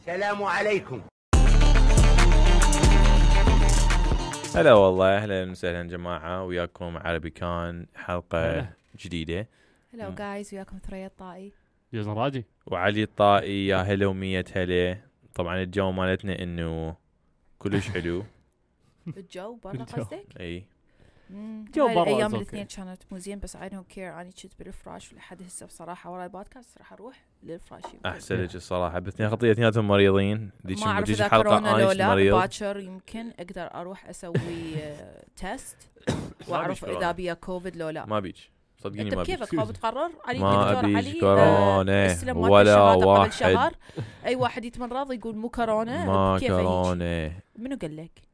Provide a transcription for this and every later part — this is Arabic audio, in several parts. السلام عليكم هلا والله اهلا وسهلا جماعه وياكم عربي كان حلقه هلا. جديده هلو مم. جايز وياكم ثريا الطائي يا زرادي وعلي الطائي يا هلا ومية هلا طبعا الجو مالتنا انه كلش حلو الجو برا الجو. قصدك؟ اي مم. Mm. جو هاي برا الايام is okay. الاثنين كانت مو زين بس اي دونت كير اني كنت بالفراش لحد هسه بصراحه وراي بودكاست راح اروح للفراش يمكن. احسن لك الصراحه بس اثنين خطيه اثنيناتهم مريضين ذيك إيه. ما اعرف المجيش اذا حلقه كورونا لو انا لا مريض باكر يمكن اقدر اروح اسوي آه، تيست بيش واعرف كورونا. اذا بيا كوفيد لو لا ما بيج صدقيني انت ما بيج بكيفك ما بتقرر علي ما الدكتور ابيج علي آه، كورونا استلم مادة ولا الشهادة قبل واحد شهر اي واحد يتمرض يقول مو كورونا ما بكيفه هيجي. كورونا منو قال لك؟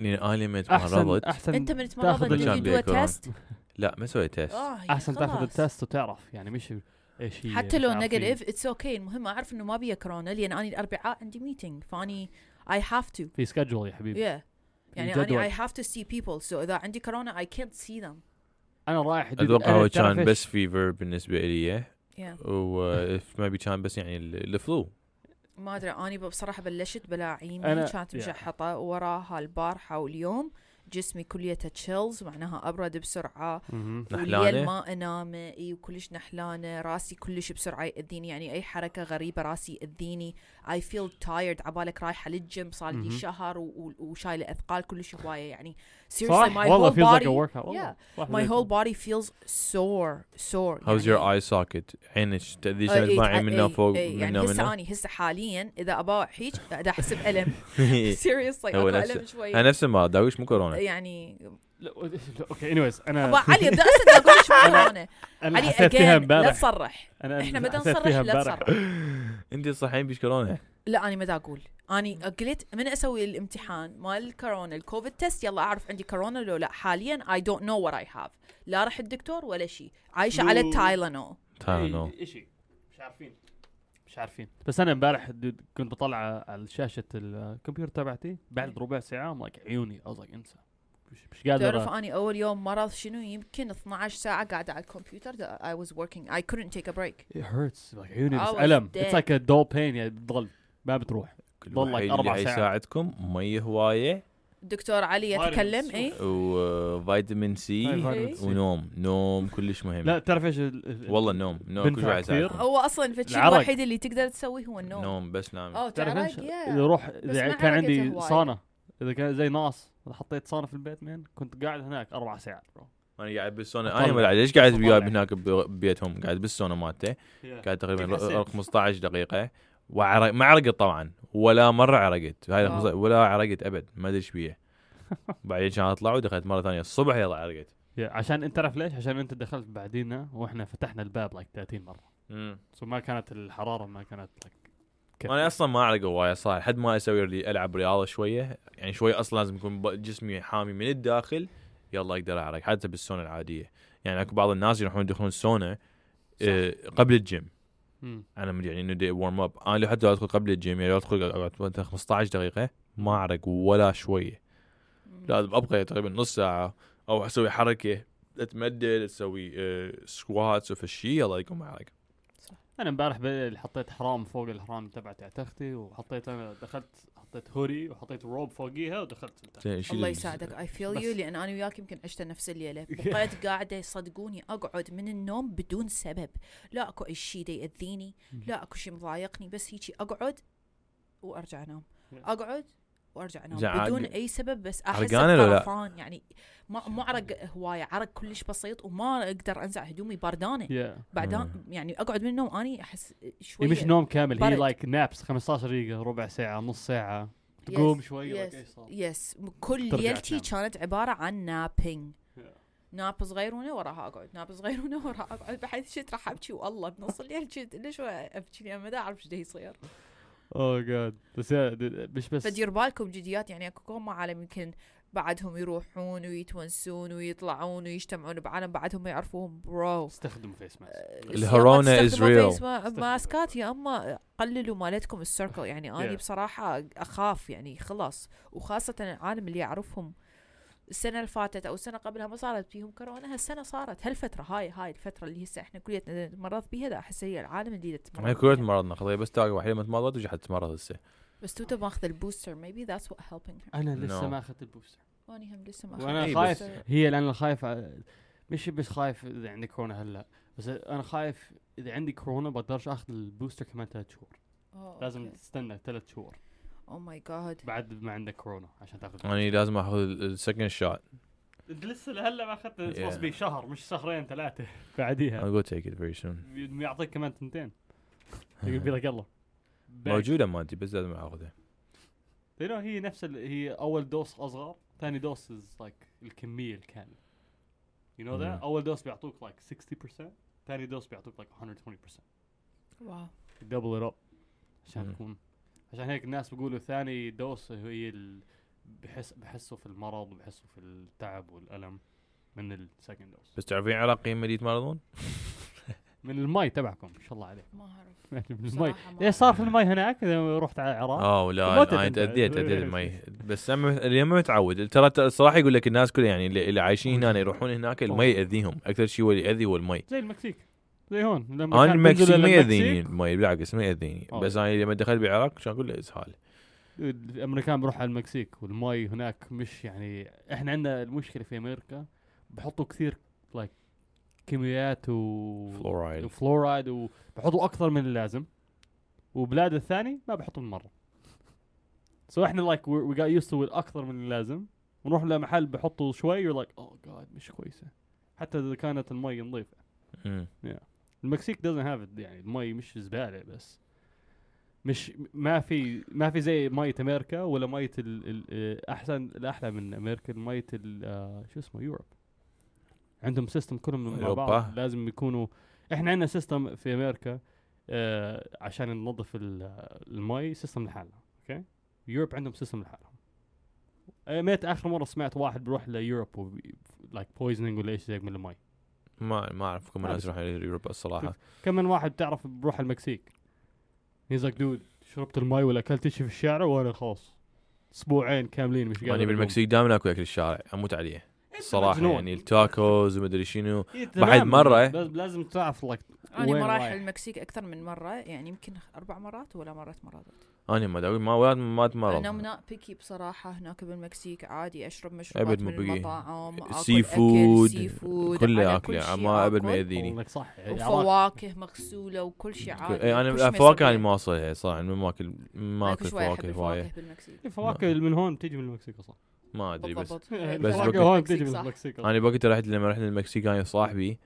لان انا لما احسن تمرضت احسن انت من تاخذ تمرض ال- اللي كان بيا يدوه كورونا. تيست لا ما سويت تيست اه هي احسن تاخذ خلاص. التست وتعرف يعني مش ايش هي حتى لو مش عارف نيجاتيف في- اتس اوكي المهم اعرف انه ما بيا كورونا لان اني الاربعاء عندي ميتنج فاني اي هاف تو في سكجول يا حبيبي يا يعني الجدول. اني اي هاف تو سي بيبل سو اذا عندي كورونا اي كانت سي ذم انا رايح أدري- اتوقع أنا هو تعرف كان إيش؟ بس فيفر بالنسبه لي يا وما بي كان بس يعني ال- الفلو ما ادري اني بصراحه بلشت بلاعيني أنا- كانت يا. مشحطه وراها البارحه واليوم جسمي كليته تشيلز معناها ابرد بسرعه مهم. نحلانة؟ والليل ما انام اي وكلش نحلانه راسي كلش بسرعه ياذيني يعني اي حركه غريبه راسي ياذيني اي فيل تايرد عبالك رايحه للجيم صار لي مهم. شهر و- و- وشايله اثقال كلش هوايه يعني صح والله feels like a workout والله my whole body feels sore sore Uh, إيه، How's your eye socket عينك تأذي آه، شنو تباعي منه فوق يعني منه هسه منه اني هسه حاليا اذا ابا حيج قاعده احس بالم إيه. سيريسلي هو اكو نفسه. الم انا شوي نفس المرض داويش مو كورونا يعني لا، اوكي anyways ابا انا علي ابدا اسد اقول شو انا انا علي حسيت فيها again لا امبارح تصرح أنا إحنا بدنا حسيت نصرح، فيها لا امبارح. انت صحيين بيش كورونا لا انا مدى اقول اني قلت من اسوي الامتحان مال الكورونا الكوفيد تيست يلا اعرف عندي كورونا لو لا حاليا اي دونت نو وات اي هاف لا رحت الدكتور ولا شيء عايشه على No. التايلانول تعال نو إي- إشي. مش عارفين مش عارفين بس انا امبارح دود كنت بطلع على شاشه الكمبيوتر تبعتي بعد ربع ساعه ام لايك عيوني اي like انسى مش, مش تعرف قادر اني اول يوم مرض شنو يمكن 12 ساعه قاعده على الكمبيوتر اي واز وركينج اي كودنت تيك ا بريك it hurts like عيوني I بس was الم dead. اتس لايك دول بين يعني بتضل ما بتروح والله والله أربع اربع ساعات. يساعدكم مي هوايه الدكتور علي يتكلم إيه؟ Vitamins. وفيتامين اي طيب، هاي سي إيه. فيتامين سي. إيه. ونوم نوم كلش لا مهم تعرف ايش ال- ال- والله النوم نوم كلش بنفع واحد كثير. يساعدكم. هو اصلا فالشيء العرق. الوحيد اللي تقدر تسويه هو النوم نوم بس نعم. نام اوه تعرف ايش تعرف اذا روح اذا كان ما عرقت عندي هواية. صانه اذا كان زي ناص اذا حطيت صانه في البيت مين كنت قاعد هناك اربع ساعات برو انا قاعد بالسونا أطلع. انا ما أدري ليش قاعد أطلع. وياي هناك ب- ببيتهم قاعد بالسونا مالته قاعد تقريبا كيف حسيت؟ ر- 15 دقيقه وعرق ما عرقت طبعا ولا مره عرقت هاي واو. 15 ولا عرقت ابد ما ادري ايش بيه بعدين كان اطلع ودخلت مره ثانيه الصبح يلا عرقت عشان انت تعرف ليش عشان انت دخلت بعدينا واحنا فتحنا الباب لايك 30 مره سو ما كانت الحراره ما كانت like كيف. انا اصلا ما اعرق هوايه صراحه لحد ما اسوي لي العب رياضه شويه يعني شويه اصلا لازم يكون ب- جسمي حامي من الداخل يلا اقدر اعرق حتى بالسونا العاديه يعني اكو بعض الناس يروحون يدخلون السونا آه، قبل الجيم مم. انا مدري يعني انه دي ورم اب انا لو حتى لو ادخل قبل الجيم يعني لو ادخل أقعد- أقعد 15 دقيقه ما اعرق ولا شويه لازم ابقى تقريبا نص ساعه او اسوي حركه اتمدد اسوي سكواتس آه، وفي الشيء الله يكون معك انا امبارح بالليل حطيت حرام فوق الحرام تبعت تحت اختي وحطيت انا دخلت حطيت هوري وحطيت روب فوقيها ودخلت لتحت. الله يساعدك اي فيل بس- يو لان انا وياك يمكن عشت نفس الليله بقيت قاعده صدقوني اقعد من النوم بدون سبب لا اكو اي شيء دا ياذيني لا اكو شيء مضايقني بس هيجي اقعد وارجع انام اقعد وارجع زعق- انام بدون اي سبب بس احس عرقانة لو لا؟ بطرفان يعني ما مو عرق هوايه عرق كلش بسيط وما اقدر انزع هدومي باردانه يا بعدين يعني اقعد من النوم اني احس شوي هي إيه، يعني مش نوم كامل هي برد. لايك نابس 15 دقيقه ربع ساعه نص ساعه طيب. Yes, تقوم شوي like yes, إيش صار؟ يس كل ترجع ليلتي تنام. كانت عباره عن نابينج Yeah. ناب صغيرونه وراها اقعد ناب صغيرونه وراها اقعد بحيث شت راح ابكي والله بنص الليل كنت ليش ابكي لان ما دا اعرف ايش دا يصير اوه جاد Oh بس يا د- مش بس فدير بالكم جديات يعني اكو كم عالم يمكن بعدهم يروحون ويتونسون ويطلعون ويجتمعون بعالم بعدهم ما يعرفوهم برو استخدم فيس ماسك آه، الهرونا is real. ماسكات يا اما قللوا مالتكم السيركل يعني Yeah. انا بصراحه اخاف يعني خلاص وخاصه العالم اللي اعرفهم السنه اللي فاتت او السنه قبلها ما صارت فيهم كورونا هالسنه صارت هالفتره هاي هاي الفتره اللي هسه احنا كليتنا نتمرض بيها لا احس هي العالم اللي تتمرض احنا كلنا تمرضنا قضيه بس تاقي وحيد ما تمرضت وجي حتتمرض هسه بس توتا ماخذ البوستر maybe that's what helping her انا لسه No. ما اخذت البوستر واني هم لسه ما وانا أخذت خايف البوستر. هي لان أنا خايف ع- مش بس خايف اذا عندي كورونا هلا بس انا خايف اذا عندي كورونا بقدرش اخذ البوستر كمان ثلاث شهور أوه، لازم أوكي. تستنى ثلاث شهور او ماي جاد بعد ما عندك كورونا عشان تاخذ اني يعني لازم اخذ السكند شوت انت لسه لهلا ما اخذت Yeah. supposed to be شهر مش شهرين ثلاثه I'll بعديها go take it very soon يعطيك كمان تنتين يقول لك يلا موجوده مالتي بس لازم اخذها You know, هي نفس ال... هي اول دوس اصغر ثاني دوس از لايك الكميه الكامله You know that? Mhm. اول دوس بيعطوك لايك 60% ثاني دوس بيعطوك لايك 120% واو دبل ات اب عشان مم. تكون عشان هيك الناس بيقولوا ثاني دوس هي ال... بحس بحسوا في المرض وبحسوا في التعب والالم من السكند دوس بس تعرفين عراقيين اللي يتمرضون؟ من المي تبعكم ما شاء الله عليك ما اعرف من المي آه. بصراحة ما ايش صار في المي هناك اذا رحت على العراق اه لا متعب انا أنت. تاذيت تاذيت المي بس أنا مت- اليوم ما متعود ترى ترى الصراحه يقول لك الناس كلها يعني اللي اللي عايشين هنا يروحون هناك المي ياذيهم اكثر شيء هو اللي ياذي هو المي زي المكسيك زي هون لما انا كان بنزل المكسيك ما للمكسيك، ياذيني المي بالعكس ما ياذيني آه. بس انا لما دخلت بالعراق كان اقول له اسهال الامريكان بروح على المكسيك والمي هناك مش يعني احنا عندنا المشكله في امريكا بحطوا كثير لايك كيميات و فلورايد وفلورايد وبحطوا اكثر من اللازم وبلاد الثاني ما بحطوا من مره سو احنا لايك وي جات يوست تو اكثر من اللازم ونروح لمحل بحطوا شوي يور لايك اوه جاد مش كويسه حتى اذا كانت المي نظيفه مم. المكسيك doesn't have it يعني المي مش زباله بس مش ما في ما في زي مية امريكا ولا مية ال ال آه، احسن الاحلى من امريكا مية ال- آه، شو اسمه يوروب عندهم سيستم كلهم مع أوروبا. بعض لازم يكونوا احنا عندنا سيستم في امريكا آه عشان ننظف ال- آه، المي سيستم لحالنا اوكي يوروب عندهم سيستم لحالهم آه، متى اخر مره سمعت واحد بيروح ليوروب لايك بويزنينج ولا ايش زي من المي ما ما اعرف كم ما ناس بس- يروحون اوروبا الصراحه كم من واحد بتعرف بروح على المكسيك يزك دود شربت المي ولا اكلت شيء في الشارع وانا خلاص اسبوعين كاملين مش قادر انا بالمكسيك دائما اكل اكل الشارع اموت عليه الصراحه مجنون. يعني التاكوز ومدري شنو إيه، تمام. بعد مرة. بس لازم تعرف لك انا وين ما رايح رايح؟ المكسيك اكثر من مره يعني يمكن اربع مرات ولا مره تمرضت انا ما ادري ما ولد ما انا اتمرض مناء بيكي بصراحه هناك بالمكسيك عادي اشرب مشروبات أبد مو من بيكي. المطاعم اكل سي أكل، فود سي فود كله أنا اكله شيء يعني، ما ابد ما آكل. ياذيني والله صح يعني العراق. وفواكه مغسوله وكل شيء عادي اي كل شيء انا إيه، يعني فواكه مسوية. انا ما اصلها صراحه يعني ما اكل ما أنا اكل كل شوي أحب فواكه هوايه الفواكه بالمكسيك الفواكه اللي من هون بتيجي من المكسيك اصلا ما ادري بس بالضبط بس الفواكه بوكي. الفواكه هون بتيجي بالمكسيك من صح. المكسيك اصلا انا بوقت رحت لما رحنا المكسيك انا وصاحبي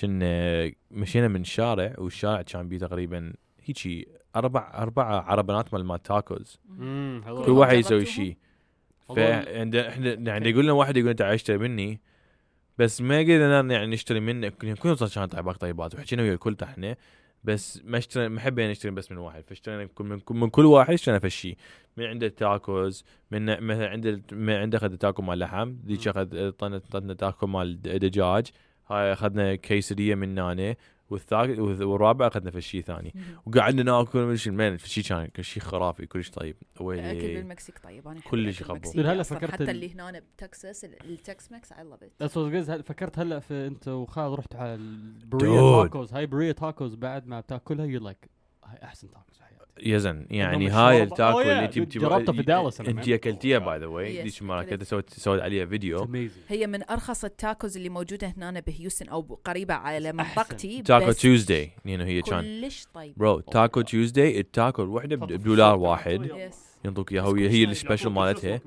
كنا مشينا من شارع والشارع كان بيه تقريبا هيجي اربع اربع عربنات مال مال تاكوز أمم، هذول- كل واحد يسوي جربتوهم؟ شيء هذول- فعندنا احنا يعني يقول لنا واحد يقول انت اشتري مني بس ما قدرنا يعني نشتري منه كلهم كلهم صار كانوا طيبات طيبات وحكينا ويا الكل احنا بس ما اشتري ما حبينا نشتري بس من واحد فاشترينا كل- من, كل- من كل واحد اشترينا فشي من عنده تاكوز من مثلا عنده من عنده اخذ تاكو مال لحم ذيك مم. اخذ طن- طن تاكو مال د- دجاج هاي اخذنا كيسريه من نانه والثالث والرابع اخذنا فشي ثاني وقعدنا ناكل من شي من فشي كان كل شيء خرافي كلش طيب الاكل ويلي بالمكسيك طيب انا أحب كلش الأكل يخبط. المكسيكي هلا أصلاً، فكرت ال- حتى اللي هنا بتكساس ال- التكس ماكس اي لاف ات That's what it is. هل- فكرت هلا في انت وخالد رحت على البوريا Dude. تاكوز هاي بريا تاكوز بعد ما بتاكلها يو لايك هاي احسن تاكوز في حياتي يزن يعني إنهم هاي الشوربة- التاكو Oh, yeah. اللي جبتي جربته في دالاس أنا انت كمان. اكلتيها باي ذا واي Yes. ذيك المره اكلت سويت سويت عليها It's فيديو amazing. هي من ارخص التاكوز اللي موجوده هنا بهيوستن او قريبه على منطقتي تاكو بس تيوزداي هنا هي كان كلش طيب برو تاكو تيوزداي التاكو الوحده تحط في بدولار الشوربة واحد يلا. Yes. ينطوك اياها هي هي السبيشل يعني مالتها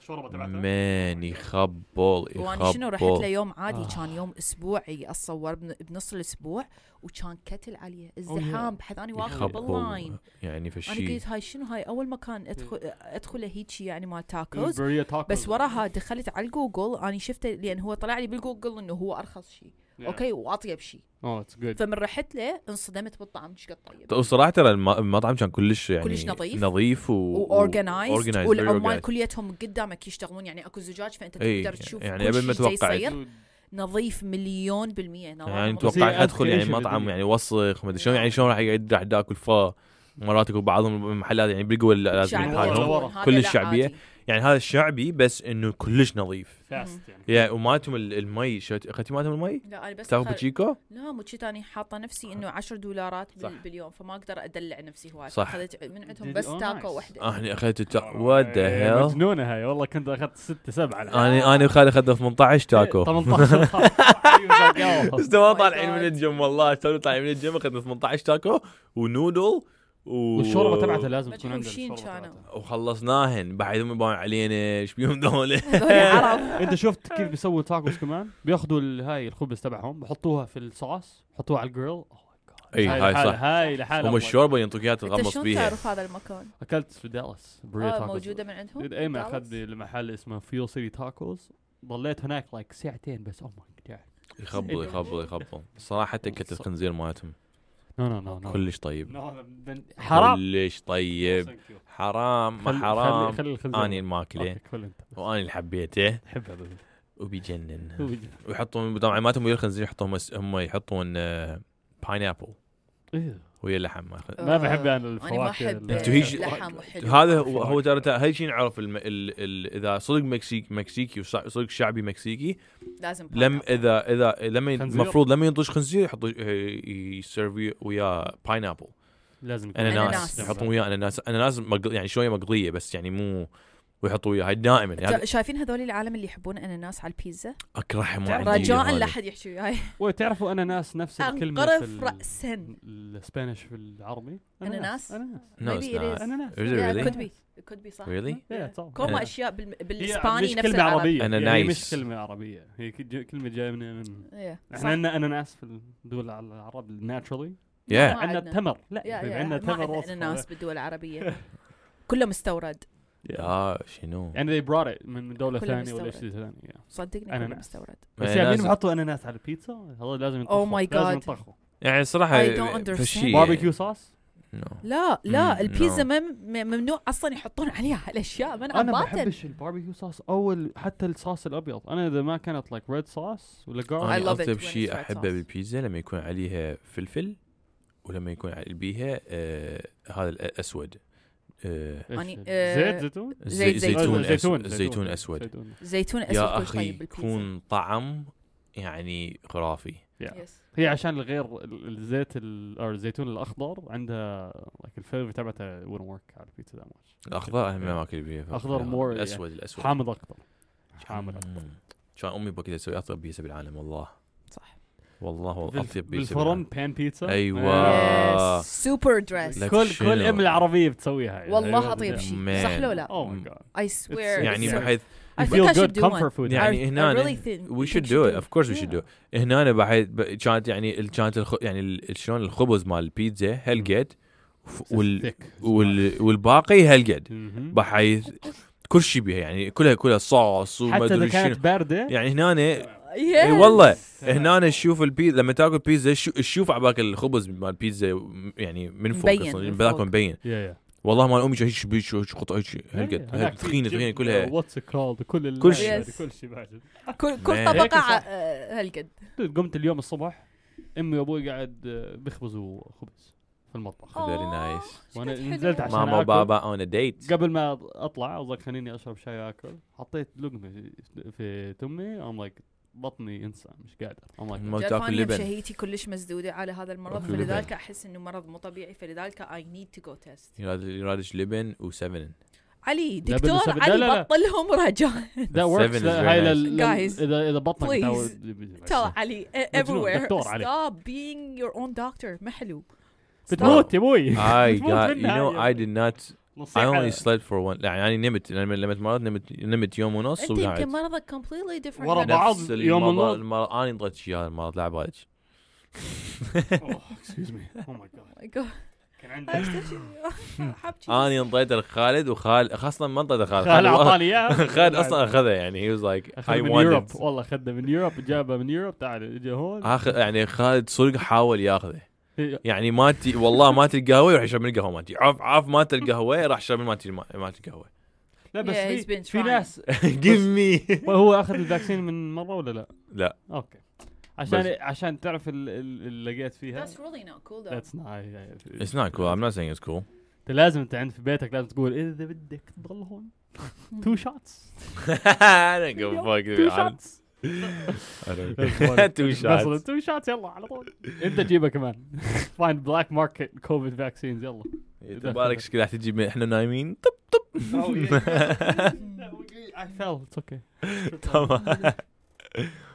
الشوربه مان يخبل وانا يعني شنو رحت يخبل ليوم عادي آه. كان يوم اسبوعي اتصور بن- بنص الاسبوع وكان كتل عليه الزحام بحيث اني واقفه يخبل. باللاين يخبل يعني انا فشي قلت هاي شنو هاي اول مكان ادخل ادخله هيجي يعني مال تاكوز البوريا تاكوز بس وراها دخلت على الجوجل اني شفته لان هو طلع لي بالجوجل انه هو ارخص شيء اوكي واطيب شيء اوه اتس جود فمن رحت له انصدمت بالطعم ايش قد طيب وصراحه ترى الم- المطعم كان كلش يعني كلش نظيف. نظيف واورجنايزد organized, very والعمال organized. كليتهم قدامك يشتغلون يعني اكو زجاج فانت إي، تقدر تشوف يعني كل قبل ما شي جاي توقعت. يصير. نظيف مليون بالمية يعني نظافة بس هي توقعت أذكى ادخل يعني شيء مطعم بالدنيا. يعني وسخ ما ادري شلون يعني شلون راح يقعد راح ياكل فا مرات يكون بعضهم المحلات يعني بالقوى لازم شعبية حالهم. ينحالهم هذا كل لا الشعبية. عادي. يعني هذا الشعبي بس انه كلش نظيف فاست يعني يا ومالتهم ال- المي شت اخذتي مالتهم المي؟ لا انا بس تاخذ خل- بوتشيكو؟ لا مو شي ثاني حاطه نفسي انه 10 دولارات صح. بال... باليوم فما اقدر ادلع نفسي هواي صح. اخذت من عندهم Did- بس oh, تاكو nice. واحده انا اخذت آه، التا... وات والله ذا هيل مجنونه إيه، هاي والله كنت اخذت ستة سبعة لا. انا انا وخالي اخذنا 18 تاكو 18 أيوة، بس ما Oh my طالعين God. من الجيم والله تو طالعين من الجيم اخذنا 18 تاكو ونودل و... والشوربه تبعتها لازم تكون عندنا مدهوشين الشوربة كانوا. تبعتها. وخلصناهن بعد هم يبان علينا ايش بيهم ذولا هذول عرب انت شفت كيف بيسووا تاكوس كمان بياخذوا ال- هاي الخبز تبعهم بيحطوها في الصوص يحطوها على الجريل Oh my God. إي، إيه، هاي لحالها- صح. هاي لحالها هم Oh my الشوربه ينطوك اياها انت تتغمص شلون بيها تعرف هذا المكان؟ God. اكلت في دالاس بريا اه تاكوس موجوده من عندهم؟ ايمن دالاس؟ اخذني لمحل اسمه فيول سيتي تاكوس ضليت هناك لايك ساعتين بس Oh او ماي جاد يخبل إيه. يخبل يخبل صراحه تكت الخنزير مالتهم نو نو نو نو كلش طيب آه. حرام كلش طيب حرام ما خل- حرام خلي- خلي الخنزير. اني الماكله أوكي، كل انت واني اللي حبيته تحبها بال- وبيجنن هو بيجي. ويحطون طبعا مالتهم ويا الخنزير يحطون مس- هم يحطون باينابل إيه. ويا اللحم ما يخ- آه، ما بحب انا انا ما الفواكه احب ال- أنتو هيج- لحم وحلو هذا هو هو ترى ترى هاي شيء نعرف الم... ال... ال... اذا صدق مكسيك مكسيكي وص- صدق شعبي مكسيكي لازم لم pineapple. اذا اذا لما ين- خنزير. المفروض لما ينطش خنزير يحطوا يسيرفي وياه باينابل لازم يكون اناناس أناناس. يحطون وياه اناناس اناناس مقل... يعني شويه مقليه بس يعني مو ويحطوا وياها هاي دائما تا- يعني شايفين هذول العالم اللي يحبون اناناس على البيتزا؟ اكرهها ما عندي رجاء هذا. لا احد يحكي وياي وتعرفوا اناناس نفس الكلمه في انقرف ال- راسا الاسبانيش في العربي أناناس؟ اناناس No, it's Maybe it not. is. اناناس Is it Yeah, really? could be. could be صح Really? Yeah, it's all- كوما أنا- أشياء بال... هي بالإسباني مش نفس كلمه العربي عربيه أناناس. يعني مش كلمه عربيه هي ك- كلمه جايه من من Yeah. صح. احنا عندنا اناناس في الدول العرب ناتشرالي Yeah. ما عندنا عندنا. التمر لا يعني يا يا عندنا ما تمر عندنا وصفة. أناناس بالدول العربية كله مستورد اه شنو يعني they brought it من من دوله كله ثانيه ولا مستورد. شيء ثاني yeah. صدقني كله أناناس. مستورد بس أناناس- يعني بحطوا اناناس على البيتزا هذا لازم ينطخوا Oh my God. لازم ينطخوا يعني صراحه I don't understand. فشي باربيكيو صوص No. لا Mm, لا البيتزا no. مم- م- ممنوع أصلا يحطون عليها هالأشياء منع انا ما باطل بحبش الباربيكيو صوص او ال- حتى الصوص الابيض انا اذا ما كانت لايك ريد صوص ولا I جارليك انا love it اطيب when شيء it's red احبه sauce. بالبيتزا لما يكون عليها فلفل ولما يكون على- بيها آه هذا الاسود آه أني- زيت آه، زيتون زيت زي- زيتون. زيتون أس- زيتون اسود زيتون. زيتون أسود يا كل اخي طيب بالبيتزا يكون طعم يعني خرافي Yeah. Yes. هي عشان الغير ال- الزيت ال- او الزيتون الاخضر عندها like الفليفر تبعتها wouldn't work على البيتزا ذات ماتش الاخضر انا ما اكل بيه إيه. أخضر more- الاسود الاسود حامض اكثر حامض أكتر. مم. كان امي بكذا تسوي اطيب بيتزا بالعالم والله صح والله هو بالف- اطيب بيتزا بالفرن بان بيتزا أيوة. آه. Yes. سوبر دريس لك كل شنو. كل ام العربيه بتسويها يعني. والله أيوة. أطيب Yeah. شيء Man. صح لو لا Oh my god. I swear يعني It's- بحيث I You think feel I should good do comfort one. food. يعني I- I هنا really think وي we شود should دو do اوف كورس وي شود Yeah. دو هنا بحيث ب- كانت يعني ال- كانت الخ... يعني ال- شلون الخبز مال البيتزا هالقد ف- وال... Thick. Mm-hmm. وال... والباقي هالقد مهم. بحيث كل شيء بيها يعني كلها كلها صوص وما حتى اذا ادري شنو كانت بارده يعني هنا Yes. اي والله آه. هنا تشوف البيتزا لما تاكل بيتزا شو- تشوف على بالك الخبز مال البيتزا م- يعني من فوق مبين اصلا من بذاك فوق. مبين يا يا والله مال امي هيك بيش هيك قطع هيك هالقد إيه، هناك هالقد ثخينه ثخينه في جبنة، كلها واتس كولد كل كل شيء. شيء كل شيء بعد كل Man. كل هيك طبقة صح. ع- آه، هالقد قمت اليوم الصبح امي وابوي قاعد آه، بيخبزوا خبز في المطبخ آه، Very nice. شكلها وأنا حلوة. نزلت عشان ماما آكل. وبابا اون ديت قبل ما اطلع قصدك خليني اشرب شاي واكل حطيت لقمه في- في تمي ام لايك بطني انسى مش قادر ام لايك ما تعرف تاكل أنا يوم لبن شهيتي كلش مسدودة على هذا المرض أكل لبن. فلذلك أحس إنه مرض مو طبيعي فلذلك I need to go test يراد- يرادش لبن و7 علي لا دكتور بالنسبة- لا، علي لا، لا. بطلهم رجاء ذا Seven is وركس very هاي nice. لل- لل- Guys, اذا اذا بطنك please. تاو- ترى علي everywhere دكتور علي. stop being your own doctor ما حلو بتموت يا I ابوي بتموت got you منها know هاي. I did not I نصيحة. only slept for one لا، يعني نمت لما لمت مرات نمت نمت يوم ونص أنت يمكن وقعدت مرضك completely different ورا than بعض. us. نفس يوم المرض- ونص. المرض انا انطيت شيء المرض لا بالك اوه اكسكيوز مي اوه ماي جاد Oh my God. كان عندي عرفت شو- Hmm. حبشي. آه، اني انطيته لخالد وخال خاصه ما انطيته خالد خالد اعطاني اياه خالد اصلا اخذها يعني هي واز لايك اخذ اي من يوروب wanted والله اخذنا من يوروب جابه من يوروب تعال اجى هون اخذ يعني خالد صدق حاول ياخذه هي- يعني ما تي والله ما تي القهوه يروح يشرب من القهوه مالتي عف عف ما تي القهوه راح يشرب من مالتي مالتي القهوه لا بس Yeah, he's في, been في trying. ناس جيف مي هو اخذ الفاكسين من مره ولا لا؟ لا اوكي عشان بس- عشان تعرف ال- ال- اللي لقيت فيها That's really not cool though That's not I- I- اتس نوت كول ام نوت سينج اتس كول انت لازم انت عند في بيتك لازم تقول اذا بدك تضل هون تو شوتس انا تو شوتس تو شوتس تو شوتس يلا على طول انت جيبها كمان فاين بلاك ماركت كوفيد فاكسينز يلا إيه، تبارك شكلها تجي من- احنا نايمين Mm-hmm. I fell it's okay تمام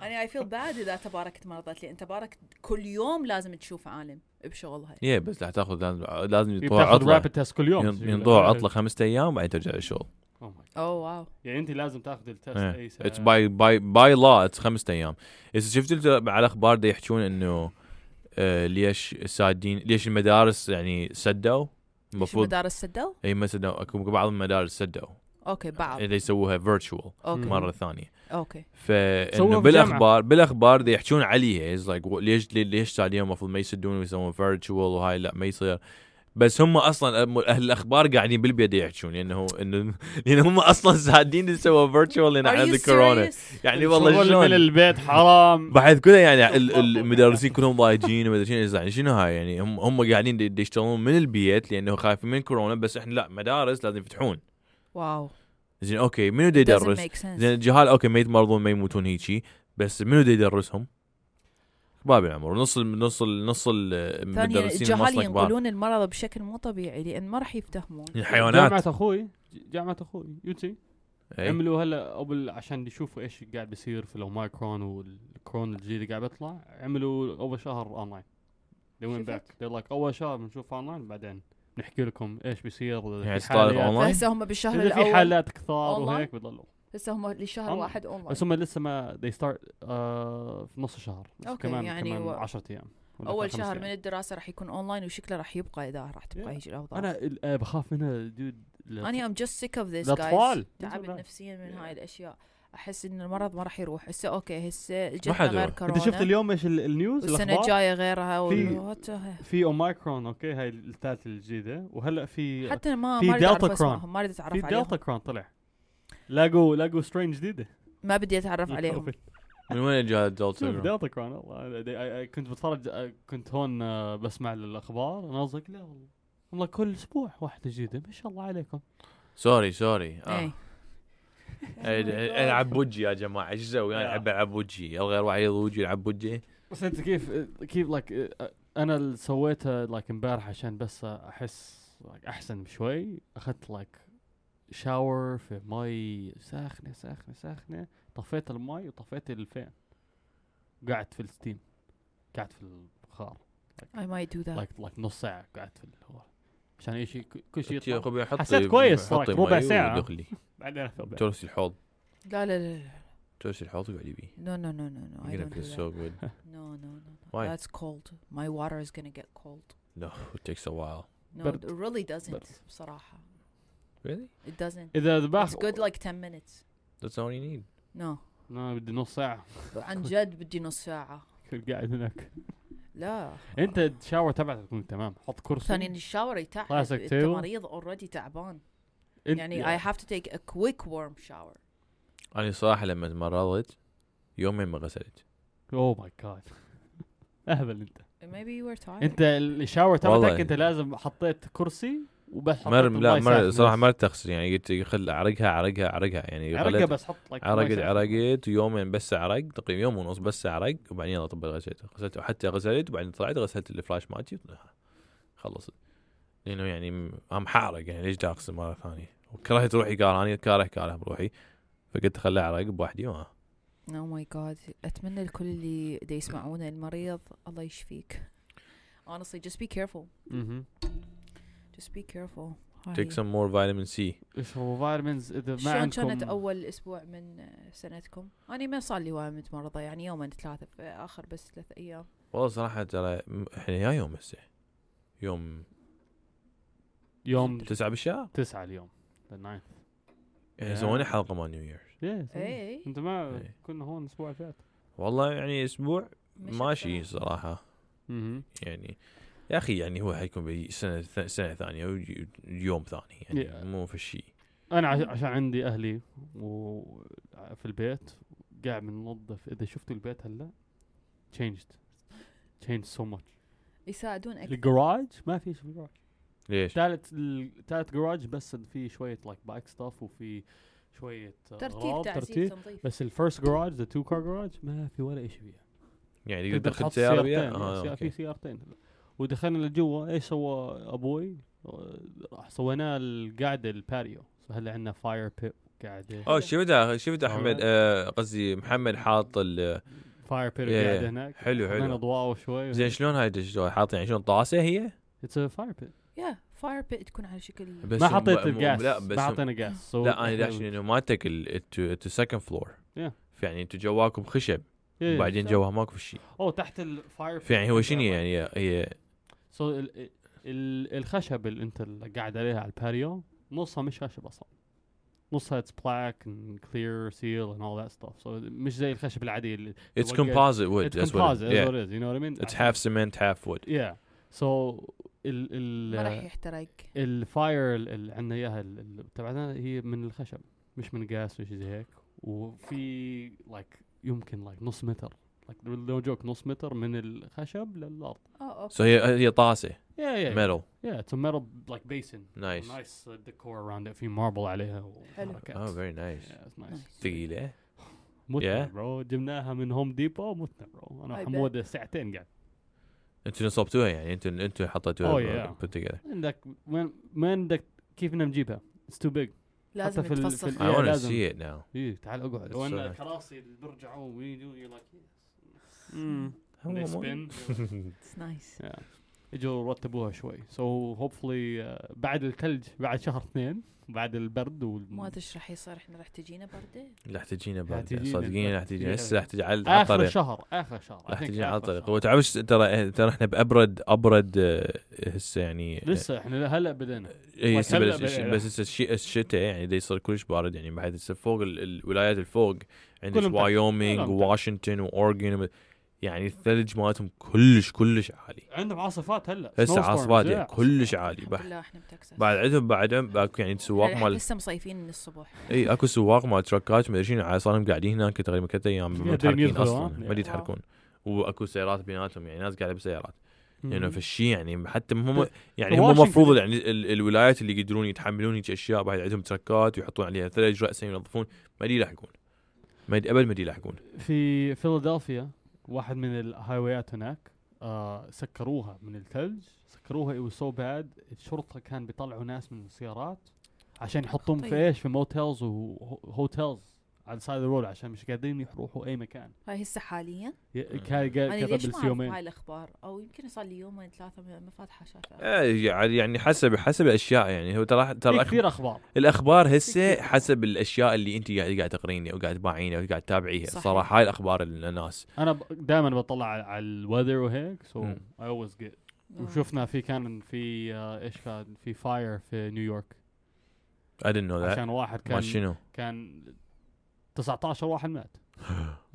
انا اي فيل باد اذا تباركت مرضت لي انت تباركت كل يوم لازم تشوف عالم بشغلها يا بس راح تاخذ لازم لازم ينطوها بتاخذ عطله رابد تيست كل يوم ين- ينطوها عطله خمسة ايام بعدين ترجع للشغل Oh my God. اوه واو يعني انت لازم تاخذ التست اي ساعه اتس باي باي باي لا اتس خمسة ايام اذا شفت الت- على الاخبار دا يحكون انه آه، ليش سادين ليش المدارس يعني سدوا المفروض المفروض مدارس سدوا اي ما سدوا اكو بعض المدارس سدوا اوكي بعض إيه. اللي يسووها فيرتشوال اوكي مره ثانيه اوكي سووها فانه في الجامعة. بالاخبار بالاخبار دي يحكون عليها از لايك ليش لي- ليش اليوم المفروض ما يسدون ويسوون فيرتشوال وهاي لا ما يصير بس هم اصلا أم- اهل الاخبار قاعدين بالبيت دي يحكون يعني لانه انه لان يعني هم اصلا سادين يسووا فيرتشوال لان Are عند you الكورونا serious? يعني والله والله من شلون البيت حرام بعد كذا يعني ال- ال- المدرسين كلهم ضايجين وما ادري شنو، يعني شنو هاي يعني هم هم قاعدين دي- دي يشتغلون من البيت لانه خايفين من كورونا بس احنا لا مدارس لازم يفتحون واو زين اوكي منو دي doesn't يدرس؟ make sense زين الجهال اوكي ما يتمرضون ما يموتون هيجي بس منو دا يدرسهم؟ كباب العمر نص ال- نص ال- نص ال- ثانيا المدرسين الجهال مصلك كبار ينقلون المرض بشكل مو طبيعي لان ما راح يفتهمون الحيوانات جامعه اخوي جامعه اخوي يوتي إي. عملوا هلا اول عشان يشوفوا ايش قاعد بيصير في الاوميكرون والكورونا الجديد اللي قاعد بيطلع عملوا اول شهر اونلاين they went شفت؟ back they're like اول شهر بنشوف اونلاين بعدين نحكي لكم ايش بيصير إذا في يعني صار حالات- أونلاين؟ فهسه هم بالشهر اذا في الاول حالات كثار أونلاين؟ وهيك بيضلوا هسه هم لشهر أونلاين. واحد اونلاين بس هم لسه ما they start آه في نص الشهر أوكي، كمان يعني كمان و- 10 ايام ولا اول خمس شهر أيام. من الدراسه راح يكون اونلاين وشكله راح يبقى اذا راح يعني. Yeah. تبقى هيجي الاوضاع انا ال- آه، بخاف منها دود انا ام جاست سيك اوف ذيس جايز الأطفال. تعبت تنزل نفسيا من Yeah. هاي الاشياء احس ان المرض ما راح يروح هسه اوكي ما هسه حد جتنا غير يروح. كورونا انت شفت اليوم ايش ال- النيوز والسنه الأخبار؟ الجايه غيرها في- وال- what the- في اوميكرون اوكي هاي الثالثه الجديده وهلا في حتى ما في ما اريد اعرف دلتا كرون. اسمهم ما اريد في اتعرف عليهم دلتا كرون طلع لاقوا لاقوا سترين جديده ما بدي اتعرف عليهم من وين جاء الدلتا شوف جرام؟ دلتا كرون والله I- I- I- كنت بتفرج آه، كنت هون آه، بسمع الاخبار انا قصدك لا والله والله كل اسبوع واحده جديده ما شاء الله عليكم سوري سوري آه. إيه. أي- أي- العب بوجي يا جماعه ايش اسوي انا العب العب بوجي الغير واحد يضوج يلعب بوجي بس انت كيف كيف لايك انا اللي سويته لايك امبارح عشان بس احس like احسن شوي اخذت لايك شاور في مي ساخنه ساخنه ساخنه طفيت المي وطفيت الفين قعدت في الستيم قعدت في البخار I might do that لايك لايك نص ساعه قعدت في الهواء عشان اي شيء كل شيء يا يطلع. خبي حطي حسيت كويس حطي صراحة، ربع مي ساعة. ودخلي بعدين أفهم. ترسي الحوض لا لا لا ترسي الحوض وقعد يبي No, no, no, no, no. I You're gonna don't do feel that. so good. No, no, no. no. Why? That's cold. My water is gonna get cold. No, it takes a while. No, برد. it really doesn't. برد. بصراحة. Really? It doesn't. اذا ذبحت Ah. It's good like 10 minutes. That's all you need. No. انا بدي نص ساعه عن جد بدي نص ساعة. كنت قاعد هناك لا. انت الشاور تبعتك تكون تمام حط كرسي ثانيا الشاور يتعب. Classic انت table. مريض already تعبان. انت- يعني I have to take a quick warm shower. أنا صراحة لما تمرضت يومين ما غسلت. اوه ماي جاد اهبل انت طيب. Maybe you were tired. انت الشاور والله. تبعتك انت لازم حطيت كرسي وبس حطيت مر لا الماي مر ساخن صراحة بس. ما تغسل يعني قلت خل أعرقها أعرقها أعرقها يعني عرقه خليت- بس حط لك ماي عرقت ساخن. عرقت ويومين بس عرق تقريبا يوم ونص بس عرق وبعدين يلا طب غسلت غسلت وحتى غسلت وبعدين طلعت غسلت الفلاش مالتي خلصت لانه يعني م- ام حارق يعني ليش دا اغسل مره ثانيه وكرهت روحي كاره انا كاره كاره بروحي فقلت خلي اعرق بوحدي وها Oh my god. أتمنى الكل اللي دا يسمعونا المريض الله يشفيك. Honestly, just be careful. مهم. Just be careful. تيك هاي. سم مور فيتامين سي اشربوا فيتامينز اذا ما شلون عندكم كانت اول اسبوع من آه، سنتكم؟ انا ما صار لي وايد متمرضه يعني يومين ثلاثه في اخر بس ثلاث ايام والله صراحه ترى م- احنا يا يوم هسه يوم يوم تسعة بالشهر تسعة اليوم the ninth. احنا يا. سوينا حلقه مال نيو يير إيه. Yes, yes. اي انت ما إيه. كنا هون الاسبوع اللي فات والله يعني اسبوع مش ماشي أكثر. صراحه مهم. يعني يا اخي يعني هو حيكون بي- سنه ث- سنه ثانيه ويوم ثاني يا. يعني مو في شيء انا عش- عشان عندي اهلي وفي البيت قاعد بننظف اذا شفتوا البيت هلا changed changed so much يساعدون اكثر الجراج ما في شيء في الجراج ليش؟ ثالث ال- ثالث جراج بس في شويه لايك بايك ستاف وفي شويه آه، ترتيب أغراض، تعزيز تنظيف بس الفيرست جراج ذا تو كار جراج ما في ولا شيء فيها يعني تقدر تقدر تحط تدخل سياره سيارتين، بيها؟ يعني آه، سيارة- في أوكي. سيارتين ودخلنا لجوا ايش سوى ابوي آه، راح سويناه القاعده الباريو هلا عندنا فاير بيت قاعده اه شفتها شفت احمد آه، قصدي محمد حاط ال- فاير بيت إيه. قاعده هناك حلو من حلو اضواء شوي زين شلون هاي الدش- حاط يعني شلون طاسه هي؟ اتس فاير بيت يا فاير بيت تكون على شكل بس ما هم- حطيت هم- الجاس لا بس ما هم- حطينا جاس So لا انا إحنا- داش انه ما تكل تو سكند فلور Yeah. يعني انتم جواكم خشب إيه. وبعدين جوها ماكو شيء اوه تحت الفاير بيت فيعني هو شنو يعني هي سو ال ال الخشب اللي انت اللي قاعد عليها على الباريو نصها مش خشب اصلا نصها اتس بلاك اند كلير سيل اند اول ذات ستاف سو مش زي الخشب العادي اللي اتس وقعت- كومبوزيت وود اتس كومبوزيت يو نو وات اي مين اتس هاف سمنت هاف وود يا سو ال ما راح ال يحترق الفاير اللي عندنا اياها ال- ال- تبعنا هي من الخشب مش من قاس ولا شيء زي هيك وفي لايك يمكن لايك نص متر لايك لو جوك نص متر من الخشب للارض اه سو هي هي طاسه يا يا ميتال يا اتس ميتال لايك بيسن نايس نايس ديكور اراوند ات في ماربل عليها حلو. وحركات اوه فيري نايس Yeah, it's nice. ثقيله متنا Oh, Yeah. برو جبناها من هوم ديبو متنا برو انا I وحمود ساعتين قاعد انتوا نصبتوها يعني انتوا انتوا Oh, حطيتوها yeah. put together عندك وين ما عندك كيف بدنا نجيبها؟ اتس تو بيج لازم حتى في ال- تفصل في I ال- Yeah, want to لازم. see it now ايه تعال اقعد It's uh, لو ان so nice. الكراسي اللي بيرجعوا ويجوا يو لايك هو مو- اتس نايس اجوا رتبوها شوي سو هوبفلي بعد الثلج بعد شهر اثنين بعد البرد ما وال ادري ايش راح يصير احنا راح تجينا برده رح تجينا بعد تجينا. صدقيني رح تجينا Yeah. هسه رح تجي على على اخر الطريق شهر اخر شهر I راح think تجي على آخر الطريق شهر. وتعرفش ترى ترى احنا بابرد ابرد آه، هسه يعني آه، لسه احنا هلا بدنا اي هسه وكلا بس الش- بقى. بس هسه الشي- الشتاء يعني دي يصير كلش بارد يعني بعد هسه فوق ال- الولايات الفوق عندك كلهم تحت. وايومينج كلهم تحت. وواشنطن واورجن وب- يعني الثلج مالتهم كلش كلش عالي عندهم عاصفات هلا هسه snowstorms. عاصفات يعني Yeah. كلش عالي بح- لا احنا بتكساس بعد عندهم بعد عندهم اكو يعني سواق احنا مال لسه مصيفين من الصبح اي اكو سواق مال تركات ما ادري شنو على صار قاعدين هناك تقريبا ثلاث ايام قاعدين متحركين يدخلوا، اصلا ها؟ ما Yeah. يتحركون واكو سيارات بيناتهم يعني ناس قاعده بسيارات مم. لانه في الشيء يعني حتى هم بس- يعني هم واشنطن- المفروض يعني ال- الولايات اللي يقدرون يتحملون هيك اشياء بعد عندهم تركات ويحطون عليها ثلج راسا ينظفون ما دي يلحقون ما دي ابد ما دي يلحقون في فيلادلفيا واحد من الهايويات هناك آه سكروها من الثلج سكروها it was so bad الشرطه كان بيطلعوا ناس من السيارات عشان يحطهم طيب. في ايش في موتيلز وهوتيلز على سايد الرود عشان مش قادرين يروحوا اي مكان هاي هسه حاليا ي- كان انا قال- ليش كتب ما بس اعرف يومين هاي الاخبار او يمكن صار لي يومين ثلاثه ما ما فاتحه شاشة آه، يعني يعني حسب حسب الاشياء يعني هو ترى في ترى أخ- كثير اخبار الاخبار هسه حسب الاشياء اللي انت قاعد قاعد تقرينها وقاعد تباعينها وقاعد تتابعيها صحيح. صراحه هاي الاخبار اللي الناس انا دائما بطلع على- على الوذر وهيك سو مم. اي اولويز جيت آه. وشفنا في كان في آه، ايش كان في فاير في نيويورك I didn't know that عشان واحد ما كان شنو كان 19 واحد مات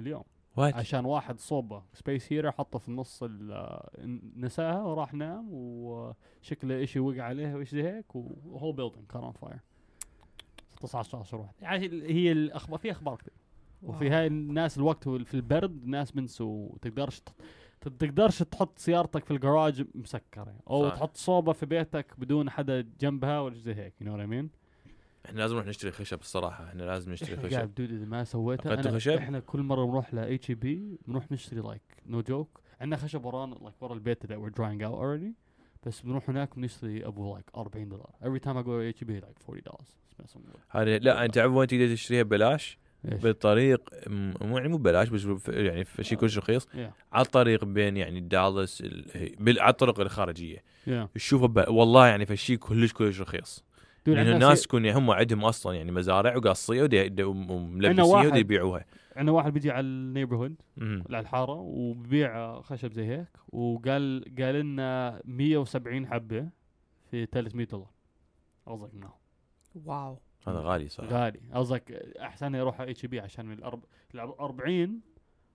اليوم وات عشان واحد صوبه سبيس هيرو حطه في النص ال- نساها وراح نام وشكله اشي وقع عليها وإشي زي هيك وهول بيلدينج كان اون فاير 19 واحد يعني هي الاخبار في اخبار كثير وفي هاي الناس الوقت وال- في البرد ناس بنسوا تقدرش تط- ت- تقدرش تحط سيارتك في الجراج مسكره او صح. تحط صوبه في بيتك بدون حدا جنبها ولا إشي زي هيك يو نو مين احنا لازم نروح نشتري خشب الصراحه احنا لازم نشتري احنا خشب قاعد دود اذا ما سويتها أخذت انا خشب؟ احنا كل مره بنروح لاتش اي بي E بنروح نشتري لايك نو جوك عندنا خشب ورانا لايك ورا البيت that we're drying out already بس بنروح هناك بنشتري ابو لايك 40 دولار every time I go to HEB like 40 dollars هذه لا انت تعرف وين تقدر تشتريها ببلاش بالطريق م- مو يعني مو ببلاش بس ف- يعني في آه. شيء كلش رخيص على الطريق بين يعني دالاس ال- هي- بال- على الطرق الخارجيه يا تشوفه ب- والله يعني فشي كلش كلش رخيص لانه الناس الناس تكون يعني هم عندهم اصلا يعني مزارع وقصيه ودي- د- وم- عندنا وملبسيه واحد. ودي يبيعوها عندنا واحد بيجي على النيبرهود مم. على الحاره وبيبيع آه، خشب زي هيك وقال قال لنا 170 حبه في 300 دولار I was like no واو هذا غالي صراحه غالي قصدك احسن اروح اتش بي عشان من الأرب... الأرب- 40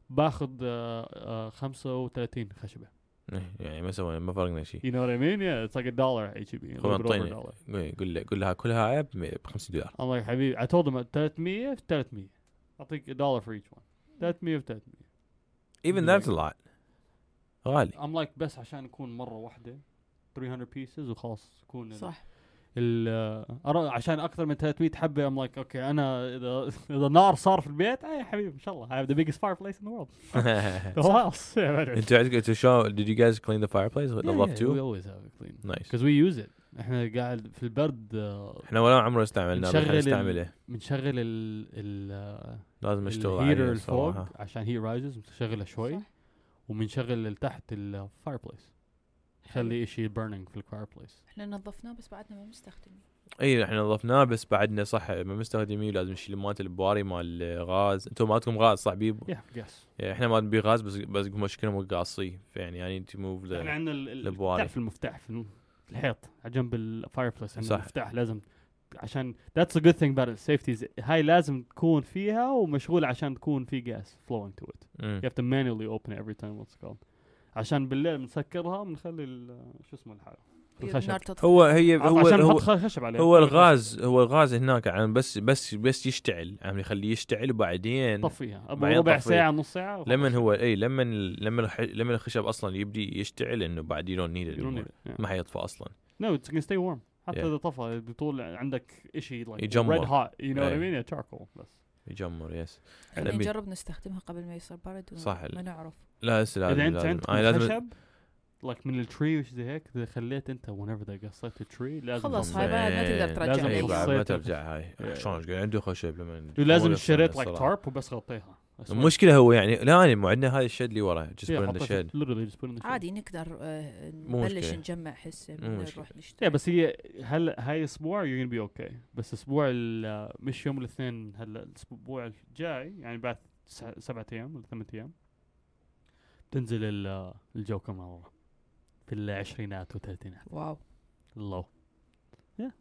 باخذ آه، آه، 35 خشبه إيه، يعني ما سوينا ما فرقنا شيء يو نو وات اي مين يا اتس لايك دولار اتش بي خذ اعطيني قول قول له- قول لها كلها ب 50 دولار الله يا حبيبي اي تولد 300 في 300 اعطيك دولار فور ايتش ون 300 في 300 even that's a lot غالي ام لايك بس عشان يكون مره واحده 300 بيسز وخلاص يكون ال- صح ال آه، أرى- عشان اكثر من 300 حبه ام لايك اوكي انا اذا اذا النار صار في البيت اي يا حبيبي ان شاء الله I have the biggest fireplace in the world who else yeah, انت عندك to show did you guys clean the fireplace with the love yeah, we too always have it clean nice because we use it احنا قاعد في البرد آه، احنا ولا عمرنا استعملناه بس نشغل ال- نستعمله بنشغل ال ال لازم نشتغل الهيتر عليه الفوق صراحه عشان هي رايزز بنشغلها شوي صح. وبنشغل ال- تحت الفاير بليس خلي شيء burning في الفاير بليس احنا نظفناه بس بعدنا ما مستخدمين اي احنا نظفناه إيه، بس بعدنا صح ما مستخدمين لازم نشيل مالت البواري مال غاز انتم مالتكم غاز صح بيب يا جس يعني احنا ما نبي غاز بس بس مشكله مو قاصي فيعني يعني تو موف احنا ذا عندنا ال- ال- البواري. تعرف المفتاح في الم- في الحيط على جنب الفاير بليس عندنا صح. مفتاح لازم عشان that's a good thing about it safety is- هاي لازم تكون فيها ومشغولة عشان تكون في gas flowing to it you have to manually open it every time what's called عشان بالليل بنسكرها بنخلي ال- شو اسمه الحاجة الخشب النار تطفى. هو هي هو عشان هو نحط خشب عليه هو الغاز هو الغاز هناك عم بس بس بس يشتعل عم يخليه يشتعل وبعدين طفيها ابو بعدين ربع طفيه. ساعه نص ساعه وخلاص. لما هو اي لما لما الح- لما الخشب اصلا يبدي يشتعل انه بعد يو You don't نيد need it. Yeah. ما حيطفى اصلا No, it's gonna stay warm. حتى Yeah. اذا طفى بطول عندك شيء like يجمر. red hot you know what I أي. mean yeah, charcoal بس يجمر يس احنا نبي- نجرب نستخدمها قبل ما يصير برد يعني صح. وما نعرف لا هسه لازم اذا انت لازم عندك انا لازم خشب like من التري وش زي هيك اذا خليت انت whenever they قصيت التري لازم خلاص تنظف. هاي بعد ما تقدر إيه. ترجع لازم اي لأي بعد شيء. ما خصيته. ترجع هاي Yeah. شلون إيش قاعد عنده خشب لما ولازم أول اشتريت السنة like الصراحة. tarp وبس غطيها المشكله هو يعني لا انا مو عندنا هاي الشد اللي ورا just Yeah، put in the حطها shed في- literally just put in the shed. عادي نقدر آه، مو نبلش مشكلة. نجمع حسه مو مشكلة. نروح yeah, نشتري طيب، إيه، بس هي هل هاي اسبوع you're gonna be okay بس اسبوع ال- مش يوم الاثنين هلا الاسبوع الجاي يعني بعد تسع- سبعة ايام ولا ثمانية ايام تنزل ال- الجو كمان والله في العشرينات والثلاثينات واو الله yeah.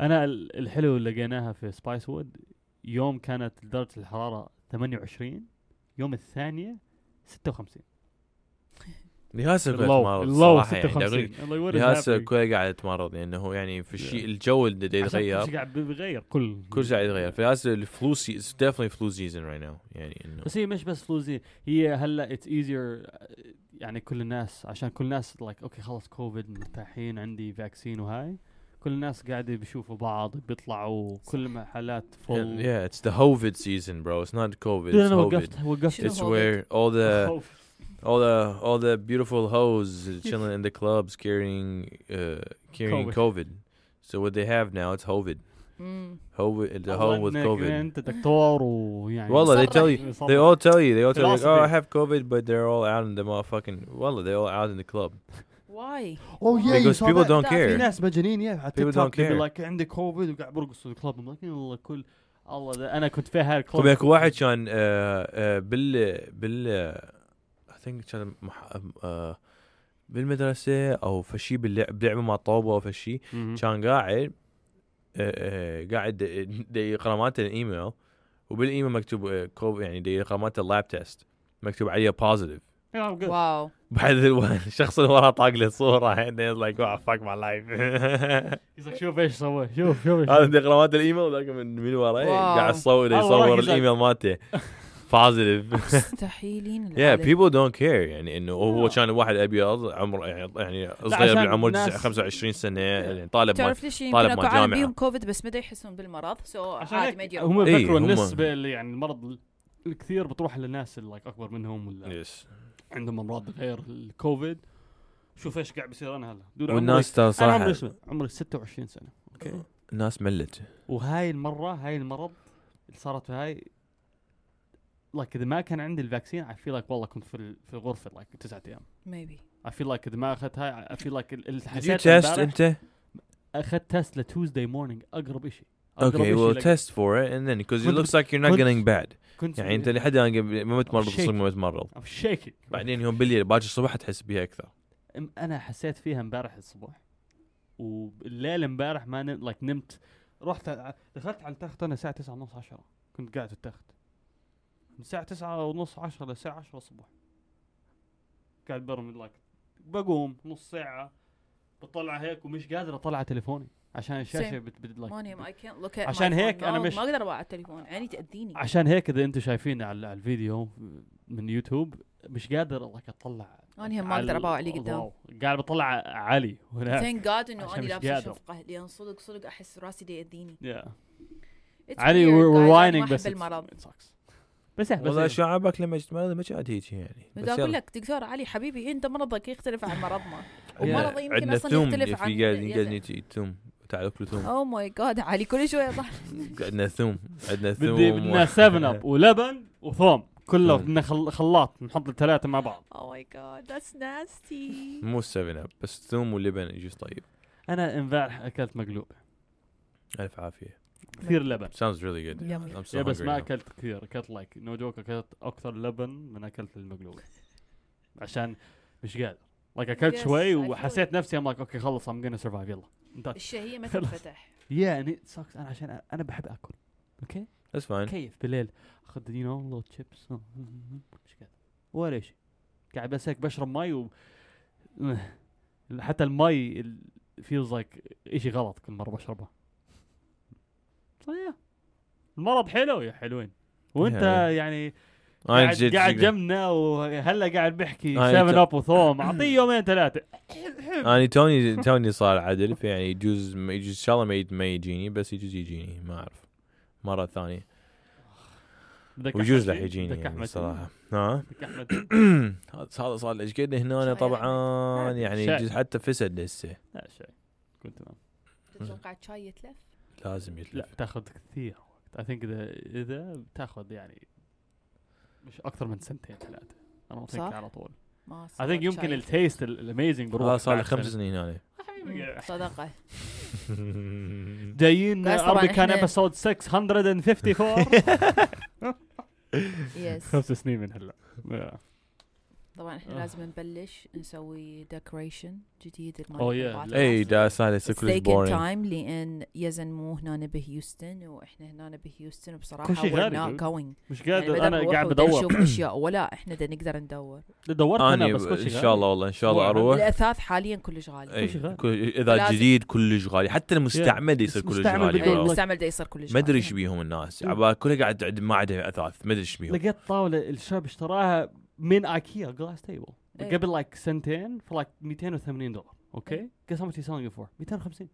انا ال- الحلو اللي لقيناها في سبايس وود يوم كانت درجة الحرارة 28 يوم الثانية 56 لهاسه كنت اللو مرض اللو صراحه يعني أقول لك 56 I'm like, what is لهاسه happening? كل قاعد اتمرض لانه يعني في الشيء Yeah. الجو اللي دا عشان يتغير كل شيء قاعد بيتغير كل كل شيء قاعد يتغير فلازم الفلو سي اتس ديفلي فلو سيزون رايت ناو يعني انه بس هي مش بس فلوزي هي هلا اتس ايزير يعني كل الناس عشان كل الناس لايك اوكي خلص كوفيد مرتاحين عندي فاكسين وهاي كل الناس قاعده بيشوفوا بعض بيطلعوا كل محلات فول yeah it's the hovid season bro it's not covid it's انا hovid وقفت وقفت شنو it's where Hovid? all the خوف. all the all the beautiful hoes chilling in the clubs carrying uh carrying COVID. Covid. So what they have now it's Hovid. مم. Hovid the الله hoe with إنك COVID. انت دكتور ويعني Wallah, they صرح. tell you they all tell you they all tell you like, oh I Philosophy. have COVID, but they're all out in the motherfucking Wallah, they're all out in the club واي oh Yeah, you because people that. don't That- في care. ناس مجانين يا على People تيك توك don't care. لايك عندي كوفيد وقاعد برقص في الكلب I'm like, والله كل الله ده انا كنت في هاي الكلب طيب اكو واحد كان آه، آه، بال بال I think كان مح... آه، بالمدرسة أو فشي باللعب لعبة مع طوبة أو فشي مهم. كان قاعد آه، آه، قاعد د- د- يقرا مالته الايميل وبالايميل مكتوب آه، كوب يعني د- يقرا مالته اللاب تيست مكتوب عليه بوزيتيف Yeah, I'm good. واو بعد الو- الشخص اللي وراه طاق له صوره لايك فاك ماي لايف He's like, شوف ايش سوى شوف شوف ايش هذا دي يقرا مالته الايميل وذاك من من وراه واو. قاعد يصور هذا راح يصور يزعل. الايميل مالته بوزيتيف مستحيلين يا العالم. بيبل دونت كير يعني انه هو لا. كان واحد ابيض عمره يعني يعني صغير آه. عشان بالعمر تسع- ناس- 25 سنه يعني طالب ما تعرف ليش طالب يمكن اكو مع عالم جامعة. بيهم كوفيد بس ما دا يحسون بالمرض سو عشان عادي ما هيك يديرون هم إيه، يفكروا هم- النسبه اللي يعني المرض ال- الكثير بتروح للناس اللي like اكبر منهم ولا يس عندهم امراض غير الكوفيد شوف ايش قاعد بيصير انا هلا دول والناس ترى عمري- انا عمري صراحه اسمع عمري 26 سنه اوكي الناس ملت وهاي المره هاي المرض اللي صارت في هاي لايك اذا ما كان عندي الفاكسين اي فيل لايك والله كنت في ال- في الغرفه لايك تسعة ايام ميبي اي فيل لايك اذا ما اخذت هاي اي فيل لايك Did you حسيت test امبارح انت؟ اخذت تيست لتوزداي مورنينج اقرب شيء Okay, well تيست test for it and then because it كنت- looks like you're not كنت- getting bad. كنت يعني انت لحد الان قبل- ما متمرض شيء. صدق ما متمرض. I'm shaking. بعدين يوم بالليل باكر الصبح تحس بيها اكثر. أم- انا حسيت فيها امبارح الصبح وبالليل امبارح ما نمت like نمت رحت ع- دخلت على التخت انا الساعه 9 ونص 10 كنت قاعد في التخت من الساعه 9 ونص 10 للساعه 10 الصبح قاعد برمي لايك بقوم نص ساعه بطلع هيك ومش قادر اطلع على تليفوني عشان الشاشه بت, بت like مونيوم اي كانت لوك عشان هيك أنا مش- ما يعني اقدر اوقع التليفون عيني تاذيني عشان هيك اذا انتم شايفين على على الفيديو من يوتيوب مش قادر الله اطلع انا هم ما على اقدر اباوع اللي قدام الضوء. قاعد بطلع عالي هناك ثانك جاد انه عشان انا مش لابسه قادر. شفقه لان صدق صدق احس راسي دي يأذيني Yeah. It's علي weird, guys. we're أنا ما whining أحب بس it's- المرض it sucks. بس إيه، والله بس إيه. شعبك لما يتمرض ما قاعد هيك يعني بدي اقول لك دكتور علي حبيبي انت مرضك يختلف عن مرضنا ومرض يمكن عندنا أصلاً ثوم يختلف في عن- قاعد قاعد يزن. نجي ثوم تعال اكل ثوم او ماي جاد Oh علي كل شويه يطلع عندنا ثوم عندنا ثوم بدي بدنا 7 اب ولبن وثوم كله ثوم. بدنا خل- خلاط نحط الثلاثه مع بعض او ماي جاد ذاتس ناستي مو 7 اب بس ثوم ولبن يجوز طيب انا امبارح اكلت مقلوب الف عافيه كثير لبن sounds really good Yummy. I'm so يا بس hungry ما now. اكلت كثير اكلت لايك نو جوك اكلت اكثر لبن من اكلت المقلوب عشان مش قادر لايك اكلت Yes, شوي I feel وحسيت نفسي ام لايك اوكي خلص ام جونا سرفايف يلا انت الشهيه متى خلاص. انفتح يا اني ساكس انا عشان انا بحب اكل اوكي that's fine كيف بالليل اخذ يو نو لو تشيبس مش قادر ولا شيء قاعد بس هيك بشرب مي و حتى المي فيلز لايك شيء غلط كل مره بشربه صحيح المرض حلو يا حلوين وانت Yeah. يعني أنا قاعد جد- قاعد جد- جنبنا وهلا قاعد بحكي آه، 7 أنت- اب وثوم اعطيه يومين ثلاثه انا توني توني صار عدل فيعني يجوز يجوز ان شاء الله ما ي- ما يجيني بس يجوز يجيني ما اعرف مره ثانيه بدك ويجوز أحمد راح شيء؟ يجيني بدك يعني أحمد شيء؟ الصراحه ها بدك أحمد شيء؟ هذا هذا صار ايش قد هنا أنا شاي طبعا أحمد. يعني شاي. يجوز حتى فسد هسه لا شيء كنت تمام تتوقع الشاي يتلف لازم لا يتلف تاخذ كثير وقت اي ثينك اذا اذا بتاخذ يعني مش اكثر من سنتين ثلاثه انا ما صح؟ على طول ما اي ثينك يمكن التيست الاميزنج بروح هذا صار لي بعد خمس سنة. سنين هذا حبيبي. صدقه جايين أيوة. Guys، طبعاً اربي كان إحنا- ابيسود 654 يس خمس سنين من هلا Yeah. طبعا احنا آه. لازم نبلش نسوي ديكوريشن جديد Oh, yeah. اي دا صار سكول سكول بورينج بورينج تايم لان يزن مو هنا بهيوستن واحنا هنا بهيوستن وبصراحه كل شي we're غالي، not dude. going مش يعني قادر بدنا انا نروح قاعد وبدنا بدور نشوف اشياء ولا احنا دا نقدر ندور دورت انا اني بس كل شيء ان غالي. شاء الله والله ان شاء الله والله. اروح الاثاث حاليا كلش غالي إي، كلش غالي. إيه، كل- اذا لازم. جديد كلش غالي حتى المستعمل يصير كلش المستعمل غالي والله. بدون لك. يعني المستعمل دا يصير كلش ما غالي ادري ايش بيهم الناس عبا كلها قاعد تعد- ما عندها اثاث ما ادري ايش بيهم لقيت طاوله الشاب اشتراها من ايكيا جلاس تيبل إيه. قبل لايك سنتين في لايك 280 دولار اوكي إيه. جس هاو ماتش سيلينج فور 250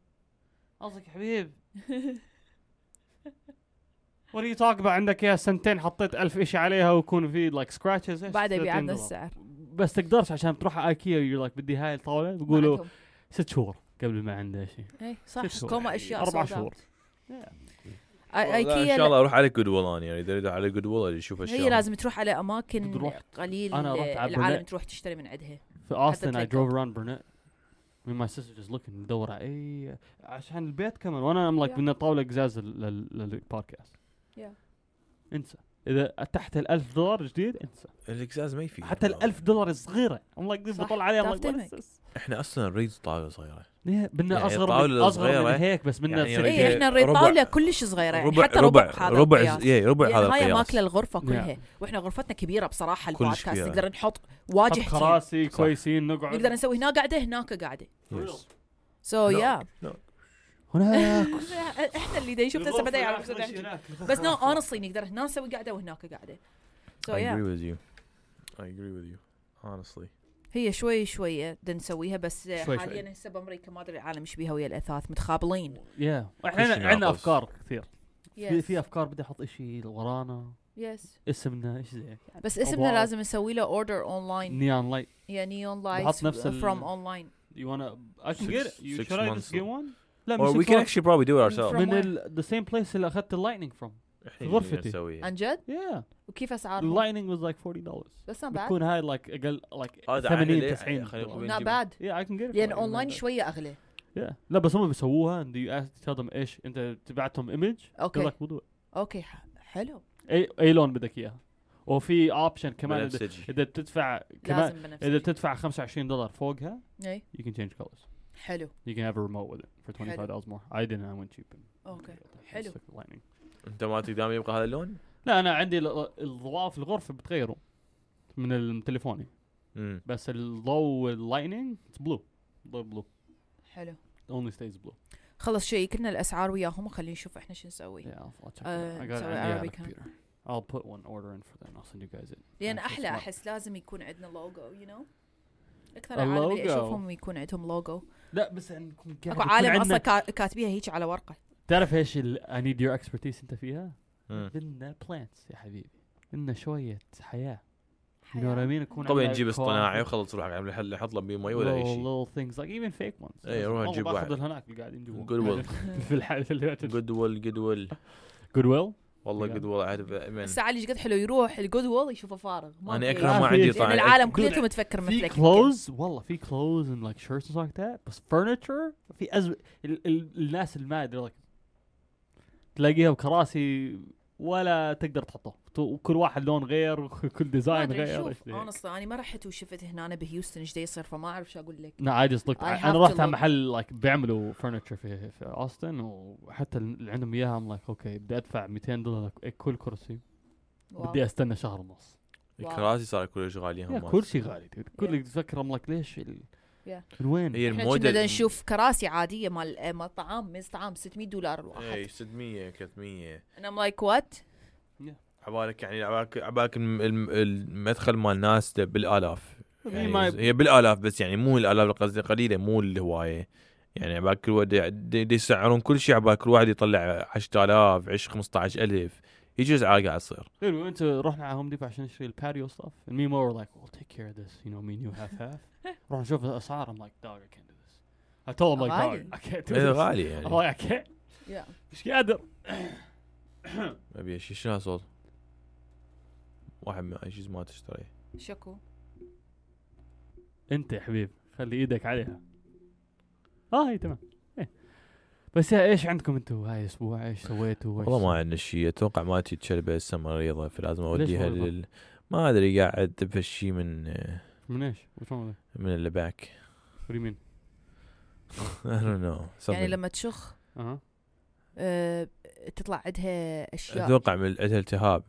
قصدك يا حبيب وات يو توك عندك اياها سنتين حطيت ألف شيء عليها ويكون في لايك سكراتشز بعدها بيعنا السعر بس تقدرش عشان تروح على ايكيا يقول لك بدي هاي الطاوله بيقولوا معناتهم- ست شهور قبل ما عندها شيء إي، إيه، صح ست شهور. كوما اشياء أربع sold out. شهور. Yeah. آي- والله ايكيا ان شاء الله اروح على جود ويل اني يعني اذا اريد على جود ويل اشوف هي اشياء لازم تروح على اماكن تروح. قليل أنا رحت على العالم برلين. تروح تشتري من عندها في اوستن اي تلاقي دروف اراوند برنت I mean my sister just looking بدور على اي عشان البيت كمان وانا ام لايك Yeah. بدنا طاوله قزاز لل- لل- للبودكاست Yeah. انسى اذا تحت ال 1000 دولار جديد انسى الاكزاز ما يفيد حتى ال 1000 دولار صغيره ام لايك صح، بطلع عليها I'm like, what تافتنك. is this؟ احنا اصلا نريد طاوله صغيره ليه بدنا يعني اصغر من طاولة اصغر صغيرة من هيك بس بدنا يعني ست- رجال- اي احنا نريد ربع- طاوله إيه، كلش صغيره يعني ربع حتى ربع ربع هذا ربع القياس. اي ربع هذا يعني هاي ماكله القياس نعم. الغرفه كلها Yeah. واحنا غرفتنا كبيره بصراحه كلش البودكاست كبيرة. نقدر نحط حط واجهتين كراسي صح. كويسين نقعد نقدر نسوي هنا قاعده هناك قاعده Yes. سو No. يا هناك احنا اللي دا يشوف هسه بدا يعرف الغرفة بس هناك. نو اونستلي نقدر هنا نسوي قاعده وهناك قاعده سو I يا agree with you I agree with you honestly هي شوي شوي بدنا نسويها بس شوي. حاليا هسه بامريكا ما ادري العالم ايش بيها ويا الاثاث متخابلين يا كل شي احنا عندنا ناقص. افكار كثير في في افكار بدي احط اشي ورانا يس اسمنا ايش زي بس أبواب. اسمنا لازم نسوي له اوردر اونلاين نيان لايت يا نيون بحط لايتس نفس ال- فروم اونلاين You wanna? I can Six- get it. You, six should I months just get or- one? لا or we can من actually probably do it ourselves From where? ال uh, the same place اللي أخذت اللايتنينج from. إحنا غرفتي. اللي نسويها. عن جد Yeah. وكيف The اسعارهم lightning was like forty dollars. بس not bad بتكون هاي like أقل like هذا 80 عادي. 90 خلينا دولار. نقول. not نجيبه. bad Yeah, I can get it. لان for like اونلاين that. شويه اغلى Yeah. لا بس هم بيسووها and you ask tell them ايش أنت تبعتهم image. أوكي. They're like we'll do it. اوكي ح- حلو أي أي لون بدك إياها. وفي option كمان إذا- بنفسجي. إذا بتدفع كمان لازم بنفس إذا بتدفع 25 دولار فوقها اي you can change colors. إيه، حلو You can have a remote with it for حلو. 25 dollars more. I didn't. I went cheap. And اوكي I حلو just took the lightning. انت ما تقدر يبقى هذا اللون؟ لا انا عندي ال- الضوء في الغرفه بتغيره من ال- تليفوني امم بس الضوء اللايتنينج بلو ضوء بلو حلو only stays blue خلص شيء كنا الاسعار وياهم وخلينا نشوف احنا شو نسوي yeah I'll, I'll check Uh, it out. I got it sorry, on the Arabic, huh? computer I'll put one order in for that and I'll send you guys it. لان That's احلى smart. احس لازم يكون عندنا لوجو يو نو اكثر العالم اللي اللوجو. اشوفهم يكون عندهم لوجو لا بس ان يكون قاعد اكو يكون عالم عندنا- اصلا كا- كاتبيها هيك على ورقه تعرف ايش ال I need your expertise انت فيها؟ مم. بدنا plants يا حبيبي بدنا شوية حياة You know what I حياة. mean? يكون طبعا عندنا نجيب كواكب. اصطناعي وخلص روح اللي حط له بيه مي ولا اي little- شيء little things like even fake ones. إيه، روح نجيب واحد. باخذ هناك قاعدين جوا. Good will. في الحال في الوقت. جود ويل جود ويل Good will. والله Yeah. جود ويل عارف من الساعة اللي قد حلو يروح الجود وول يشوفه فارغ ما انا في- اكره ما في- عندي لأن لان طعم العالم Good- كليتهم تفكر في مثلك clothes والله في clothes and like shirts and stuff like that بس furniture في أز... ال... ال... الناس اللي ما ادري like تلاقيها بكراسي ولا تقدر تحطها تو- وكل واحد لون غير وكل ما ديزاين ادري غير إيه. شوف إيش ذي. انا اني ما رحت وشفت هنا أنا بهيوستن ايش دا يصير فما اعرف شو اقول لك لا عادي صدق I انا have رحت to على look. محل like بيعملوا furniture في في اوستن وحتى اللي عندهم اياها I'm like اوكي بدي ادفع 200 دولار كل كرسي واو. بدي استنى شهر ونص الكراسي صار كلش غاليه يا هم كل شيء غالي dude. كل Yeah. اللي تفكر I'm like ليش ال... Yeah. من وين هي احنا كنا بدنا الموديل نشوف كراسي عادية مال إيه، مال طعام ميز طعام 600 دولار اي الواحد 600 300 انا ام لايك وات عبالك يعني عبالك عبالك الم- الم- المدخل مال ناس ده بالالاف مين يعني ما يب- هي بالالاف بس يعني مو الالاف قصدي قليله مو الهوايه يعني عبالك كل واحد دي- دي يسعرون كل شيء عبالك كل واحد يطلع 10000 عش 15000 يجي زعاقه قاعد تصير Dude, we went to رحنا على هوم ديبو عشان نشتري الباتيو stuff and me and Mo were like we'll take care of this you know me and you half half رحنا نشوف الاسعار I'm like dog I can't do this I told him like dog غالي. I can't do إيه، this غالي I'm يعني like I can't يا مش قادر ابي شيء شنو هالصوت؟ واحد من شيء ما تشتري شكو انت يا حبيبي خلي ايدك عليها اه هي تمام إيه. بس يا ايش عندكم انتم هاي الاسبوع ايش سويتوا وإيش والله ما عندنا شيء اتوقع ما تجي تشلبه هسه مريضه فلازم اوديها مريضة؟ لل ما ادري قاعد بهالشي من من ايش؟ وش هو من اللي باك مين؟ I don't know يعني something. لما تشخ اها آه، تطلع عندها اشياء اتوقع من عندها التهاب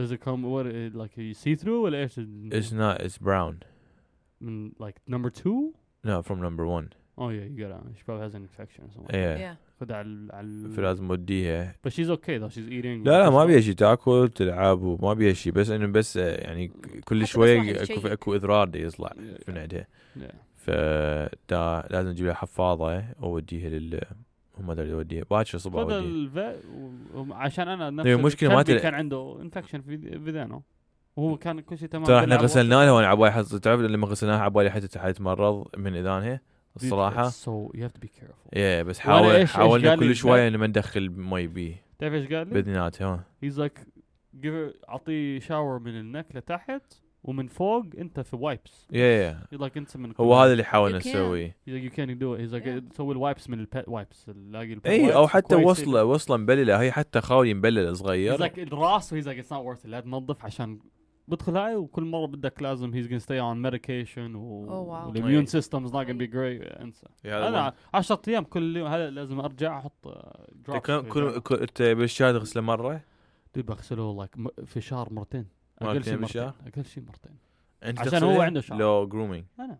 does it come what uh, like you see through ولا ايش؟ it's not it's brown من like number two no from number one Oh yeah, you got it. She probably has an infection or something. yeah يا خد على ال- على ال- فلازم اوديها But she's okay though. She's eating. لا لا ما بيها شيء تاكل تلعب وما بيها شيء بس انه بس آه، يعني ك- كل حتى بس شوي واحد اكو شيء. اكو اضرار دي يطلع من عندها Yeah. فدا لازم اجيب لها حفاضه واوديها لل ما ادري اوديها باكر الصبح خذ اوديها الفيت um, عشان انا نفس هي المشكلة كلبي ما تل- كان عنده انفكشن في بدانه وهو كان كل شيء تمام ترى احنا بالعب غسلنا لها وانا عبالي حط- تعرف لما غسلناها عبالي حتى حتمرض من اذانها Dude, الصراحه it's So you have to be careful. ايه بس وأنا إيش- حاول إيش حاولنا قال لي كل شويه الفيت؟ انه ما ندخل مي بيه تعرف ايش قال لي؟ باذنياتها He's like give her اعطيه شاور من النك لتحت ومن فوق انت في وايبس. يا يا He's like انت من إيه، هو هذا اللي You حاولنا can. نسويه He's like you can't do it. He's like Yeah. سوي الوايبس من البيت وايبس. لاقي البيت اي او إيه، wipes حتى كويسة. وصله وصله مبلله هي حتى خاوي مبلل He's صغير like الراس he's like it's not worth it لا تنظف عشان بدخل هاي وكل مره بدك لازم he's gonna stay on medication و Oh, wow. أي. والimmune system is not gonna be great انسى يا هذا انا 10 ايام كل يوم هذا لازم ارجع احط آه، أنت drops كم- في كل- الجرعة. كل- انت بالشارع تغسله مره Dude، بغسله like م- في شهر مرتين مرتين اقل شيء مرتين بالشهر؟ اقل شيء مرتين انت عشان تغسله؟ هو عنده شعر. لو جرومينج انا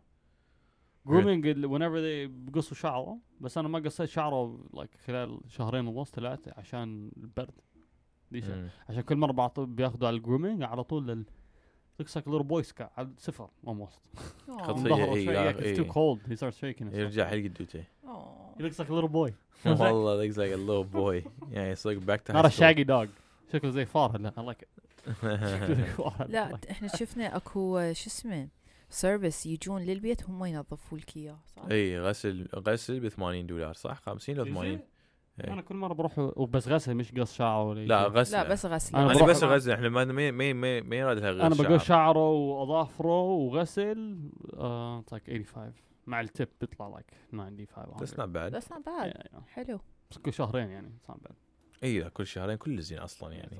Good. grooming ال- whenever they بقصوا شعره بس انا ما قصيت شعره like خلال شهرين ونص ثلاثه عشان البرد دي شيء عشان كل مره بعطي بياخذوا على الجرومينج على طول لل looks like a little boy scout على صفر almost خطية. ظهره إيه، شوي يا- yeah, it's too إيه. cold he starts shaking and stuff. يرجع حق قدوته أوه. he looks like a little boy والله looks like a little boy يعني it's like back to not high a school. shaggy dog شكله زي فار هلا I like it شكله زي فار I لا like ت- احنا شفنا اكو آه، شو اسمه سيرفيس يجون للبيت هم ينظفوا لك اياه صح؟ اي إيه، غسل غسل ب 80 دولار صح 50 it. لو 80 إيه. انا كل مره بروح وبس غسل مش قص شعره ولا لا شيء. غسل لا بس غسله أنا انا بروح- بس غسل احنا ما ما ما ما- ما يراد لها غير انا بقول شعر. شعره واظافره وغسل آه it's like 85 مع التب بيطلع like 95 That's 100. not bad بس not bad Yeah, yeah. حلو بس كل شهرين يعني it's not bad اي لا، إيه، كل شهرين كل زين اصلا يعني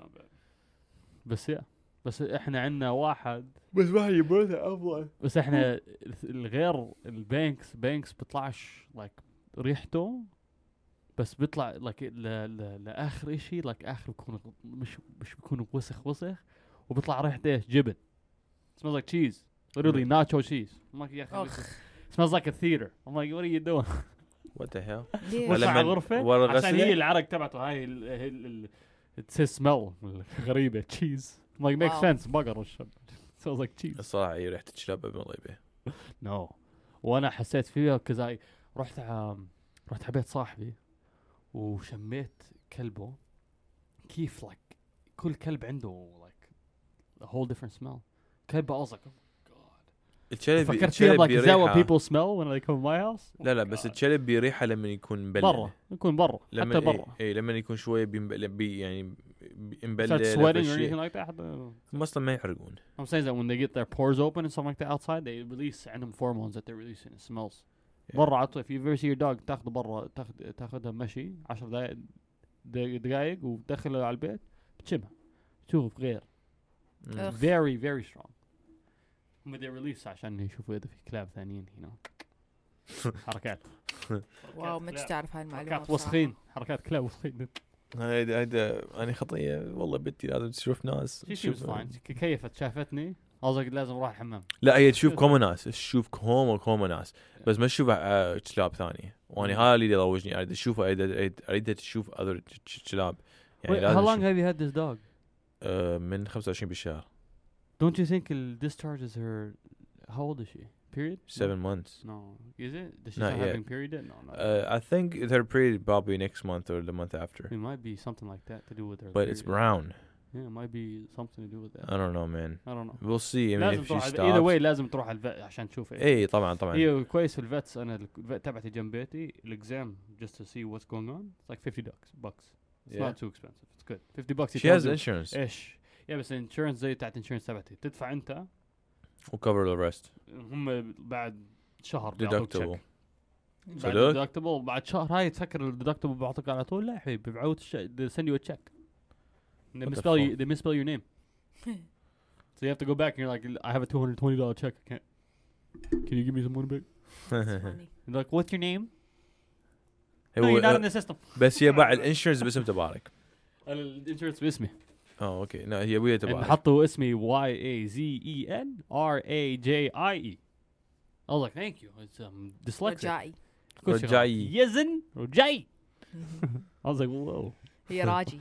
بس يا بس احنا عندنا واحد بس واحد يبونها افضل بس احنا الغير البانكس بانكس بيطلعش لايك ريحته بس بيطلع لايك لاخر اشي لايك اخر بكون مش مش بيكون وسخ وسخ وبيطلع ريحته ايش جبن smells like cheese literally Mm. nacho cheese I'm like يا اخي اخ smells like a theater I'm like what are you doing وات ذا هيل ولا ليش؟ ولا على من- الغرفه ورا عشان غسلة؟ هي العرق تبعته هاي ال- ال- ال- تسي سمل غريبه تشيز like makes Wow. sense بقر الشب sounds like cheese الصراحه هي ريحه الشلاب ابن طيبه نو no. وانا حسيت فيها كذا رحت ع... رحت على بيت صاحبي وشميت كلبه كيف لايك كل كلب عنده لايك a whole different smell كلبه ازرق الشلب فكرت فيها الشلب like is that what بريحه people smell when they come to my house لا لا بس الشلب بريحه لما يكون مبلل برا يكون برا لما إيه. حتى برا اي لما يكون شويه بيمبل بي يعني It's مبلل not sweating or أو anything شيء. like that حتى- هم اصلا ما يحرقون I'm saying that when they get their pores open and stuff like that outside they release عندهم hormones that they're releasing it smells Yeah. برا عطوا if you ever see your dog تاخذه برا تاخذ تاخذها مشي 10 دقائق دقائق وتدخلها على البيت بتشمها تشوف غير مم. أخ. very very strong هم they release عشان يشوفوا اذا في كلاب ثانيين هنا حركات واو ما كنت كلاب. تعرف هاي المعلومه حركات بصراحة. وسخين حركات كلاب وسخين هيدا هيدا اني خطيه والله بنتي لازم تشوف ناس شي شي تشوف- was fine ك- كيفت شافتني قصدك لازم اروح الحمام لا هي تشوف كوما ناس تشوف كوما كوما ناس بس ما تشوف آه، كلاب ثانيه وانا هذا اللي يروجني اريد اشوفها اريد أريد- اريدها تشوف اذر كلاب يعني Wait, how لازم long تشوف- have you had this dog آه، من 25 بالشهر Don't you think it discharges her? How old is she? Period? 7 months No. Is it? Does she Not start yet. having period? yet? No, not yet. Uh, I think her period probably next month or the month after. It might be something like that to do with her. But it's Hmm. period. brown. Yeah, it might be something to do with that. I don't know, man. I don't know. We'll see. I mean, لازم if she تروح stops. إيه، على- either way لازم تروح على الفت عشان تشوف ايش اي طبعا طبعا. هي كويس في الفت انا الفت تبعتي جنب بيتي الاكزام just to see what's going on it's like 50 bucks bucks it's Yeah. not too expensive it's good 50 bucks he She tells has you insurance. ايش يا بس الانشورنس زي تاعت الانشورنس تبعتي تدفع انت We'll cover the rest. هم بعد شهر بيعطوك check. Deductible. بعد صدق؟ الديدكتبل بعد شهر هاي تسكر الديدكتبل بعطيك على طول لا يا حبيبي بعود send you a check And they What the misspell you fuck? they misspell your name so you have to go back and you're like I have a two hundred twenty dollar check I can't can you give me some money back It's funny. You're like what's your name no هو آه، you're not in the system بس هي باع الانشورنس باسم تبارك. الانشورنس باسمي اه اوكي لا هي ويا إن تبارك. حطوا اسمي Y A Z E N R A J I E I was like thank you it's um dyslexic رجائي كل شيء غلط. رجعي. يزن رجعي I was like whoa هي راجي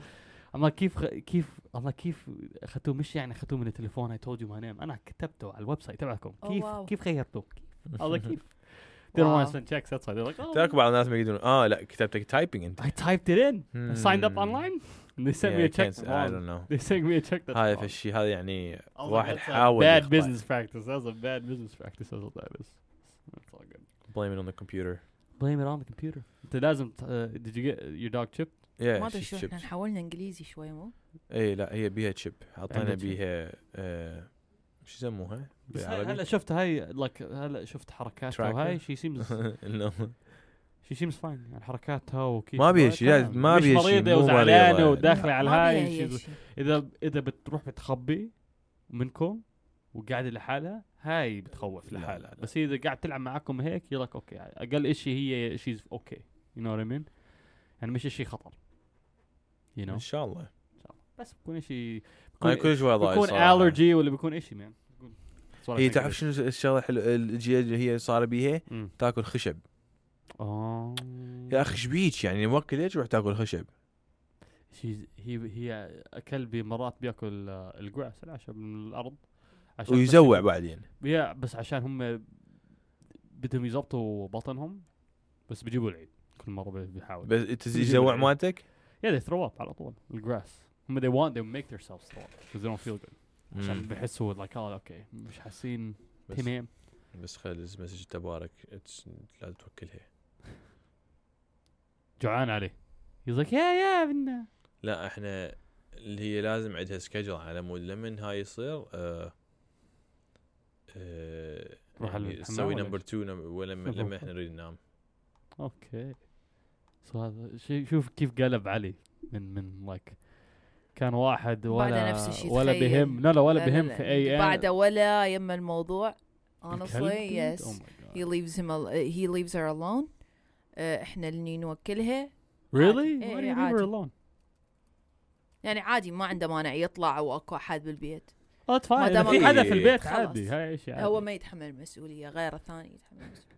الله كيف خ... كيف الله كيف اخذتوه مش يعني اخذتوه من التليفون اي تولد يو ماي نيم انا كتبته على الويب سايت تبعكم Oh, كيف wow. كيف غيرتوه الله كيف they don't want Wow. to send checks that's why they're like oh تراك بعض الناس ما يقدرون اه لا كتبتك تايبنج انت. I typed it in I signed up Hmm. online and they sent Yeah, me a I check can't- I wrong. don't know. they sent me a check that's هذا wrong. فالشيء هذا يعني I was like, واحد that's a حاول bad يخطأ. business practice that's a bad business practice that's what that is that's all good blaming on the computer. blame it on the computer انت لازم ت- uh, did you get your dog chipped Yeah, ما ادري شو she's احنا chipped. حاولنا انجليزي شوي مو اي لا هي بيها تشيب عندها حاطينها chip. بيها آه، شو يسموها؟ بس هلا شفت هاي like هلا شفت حركاتها Tracker. وهاي she seems إنه- شي سيمز فاين يعني حركاتها وكيف ما بيها هاي شي، لا، تمام. ما مش بيها شي، مريضه مو وزعلانه مريضة. يعني. وداخله على ما بيها الهاي هي شي- شي. اذا اذا بتروح بتخبي منكم وقاعده لحالها هاي بتخوف لا، لحالها لا، لا. بس هي اذا قاعد تلعب معاكم هيك يلك اوكي اقل شيء هي شيز اوكي يو نو وات مين يعني مش شيء خطر يو نو ان شاء الله بس بكون شيء انا بكون, كل شوي ضايع بكون الرجي ولا بيكون شيء مان هي إيه، تعرف شنو الشغله الحلوه الجي- اللي هي صار بيها Mm. تاكل خشب اه يا اخي ايش بيك يعني موكل ليش روح تاكل خشب شي هي هي كلبي uh, مرات بياكل آه، الجراس العشب من الارض عشان بس- ويزوع بعدين يا بس عشان هم بدهم يزبطوا بطنهم بس بيجيبوا العيد كل مره بي- بيحاول بس انت يزوع مالتك يا they throw up على طول الجراس هم they want they make themselves throw up because they don't feel good عشان مم. بحسوا like oh اوكي مش حاسين بس- تمام بس خلي المسج تبارك it's- لا توكلها جوعان عليه he's like يعني يا يا بنا لا احنا اللي هي لازم عندها سكجل على مود لمن هاي يصير آه، آه، روح على يعني الحمام تسوي ولا نمبر إيش؟ 2 ولما لما احنا نريد ننام اوكي سو هذا شي- شوف كيف قلب علي من من like كان واحد بعد ولا نفس الشيء ولا تخيل. بهم لا لا ولا لا، لا، بهم لا. في اي بعد ولا يم الموضوع الكلب honestly dude? yes Oh my God. he leaves him al- he leaves her alone آه، احنا اللي نوكلها Really? إيه Why do إيه you leave her عادي. alone? يعني عادي ما عنده مانع يطلع واكو احد بالبيت Oh, it's fine. دام إذا في أوكي. حدا في البيت خلاص. عادي هاي شيء هو عادي. ما يتحمل المسؤوليه غير الثاني يتحمل المسؤوليه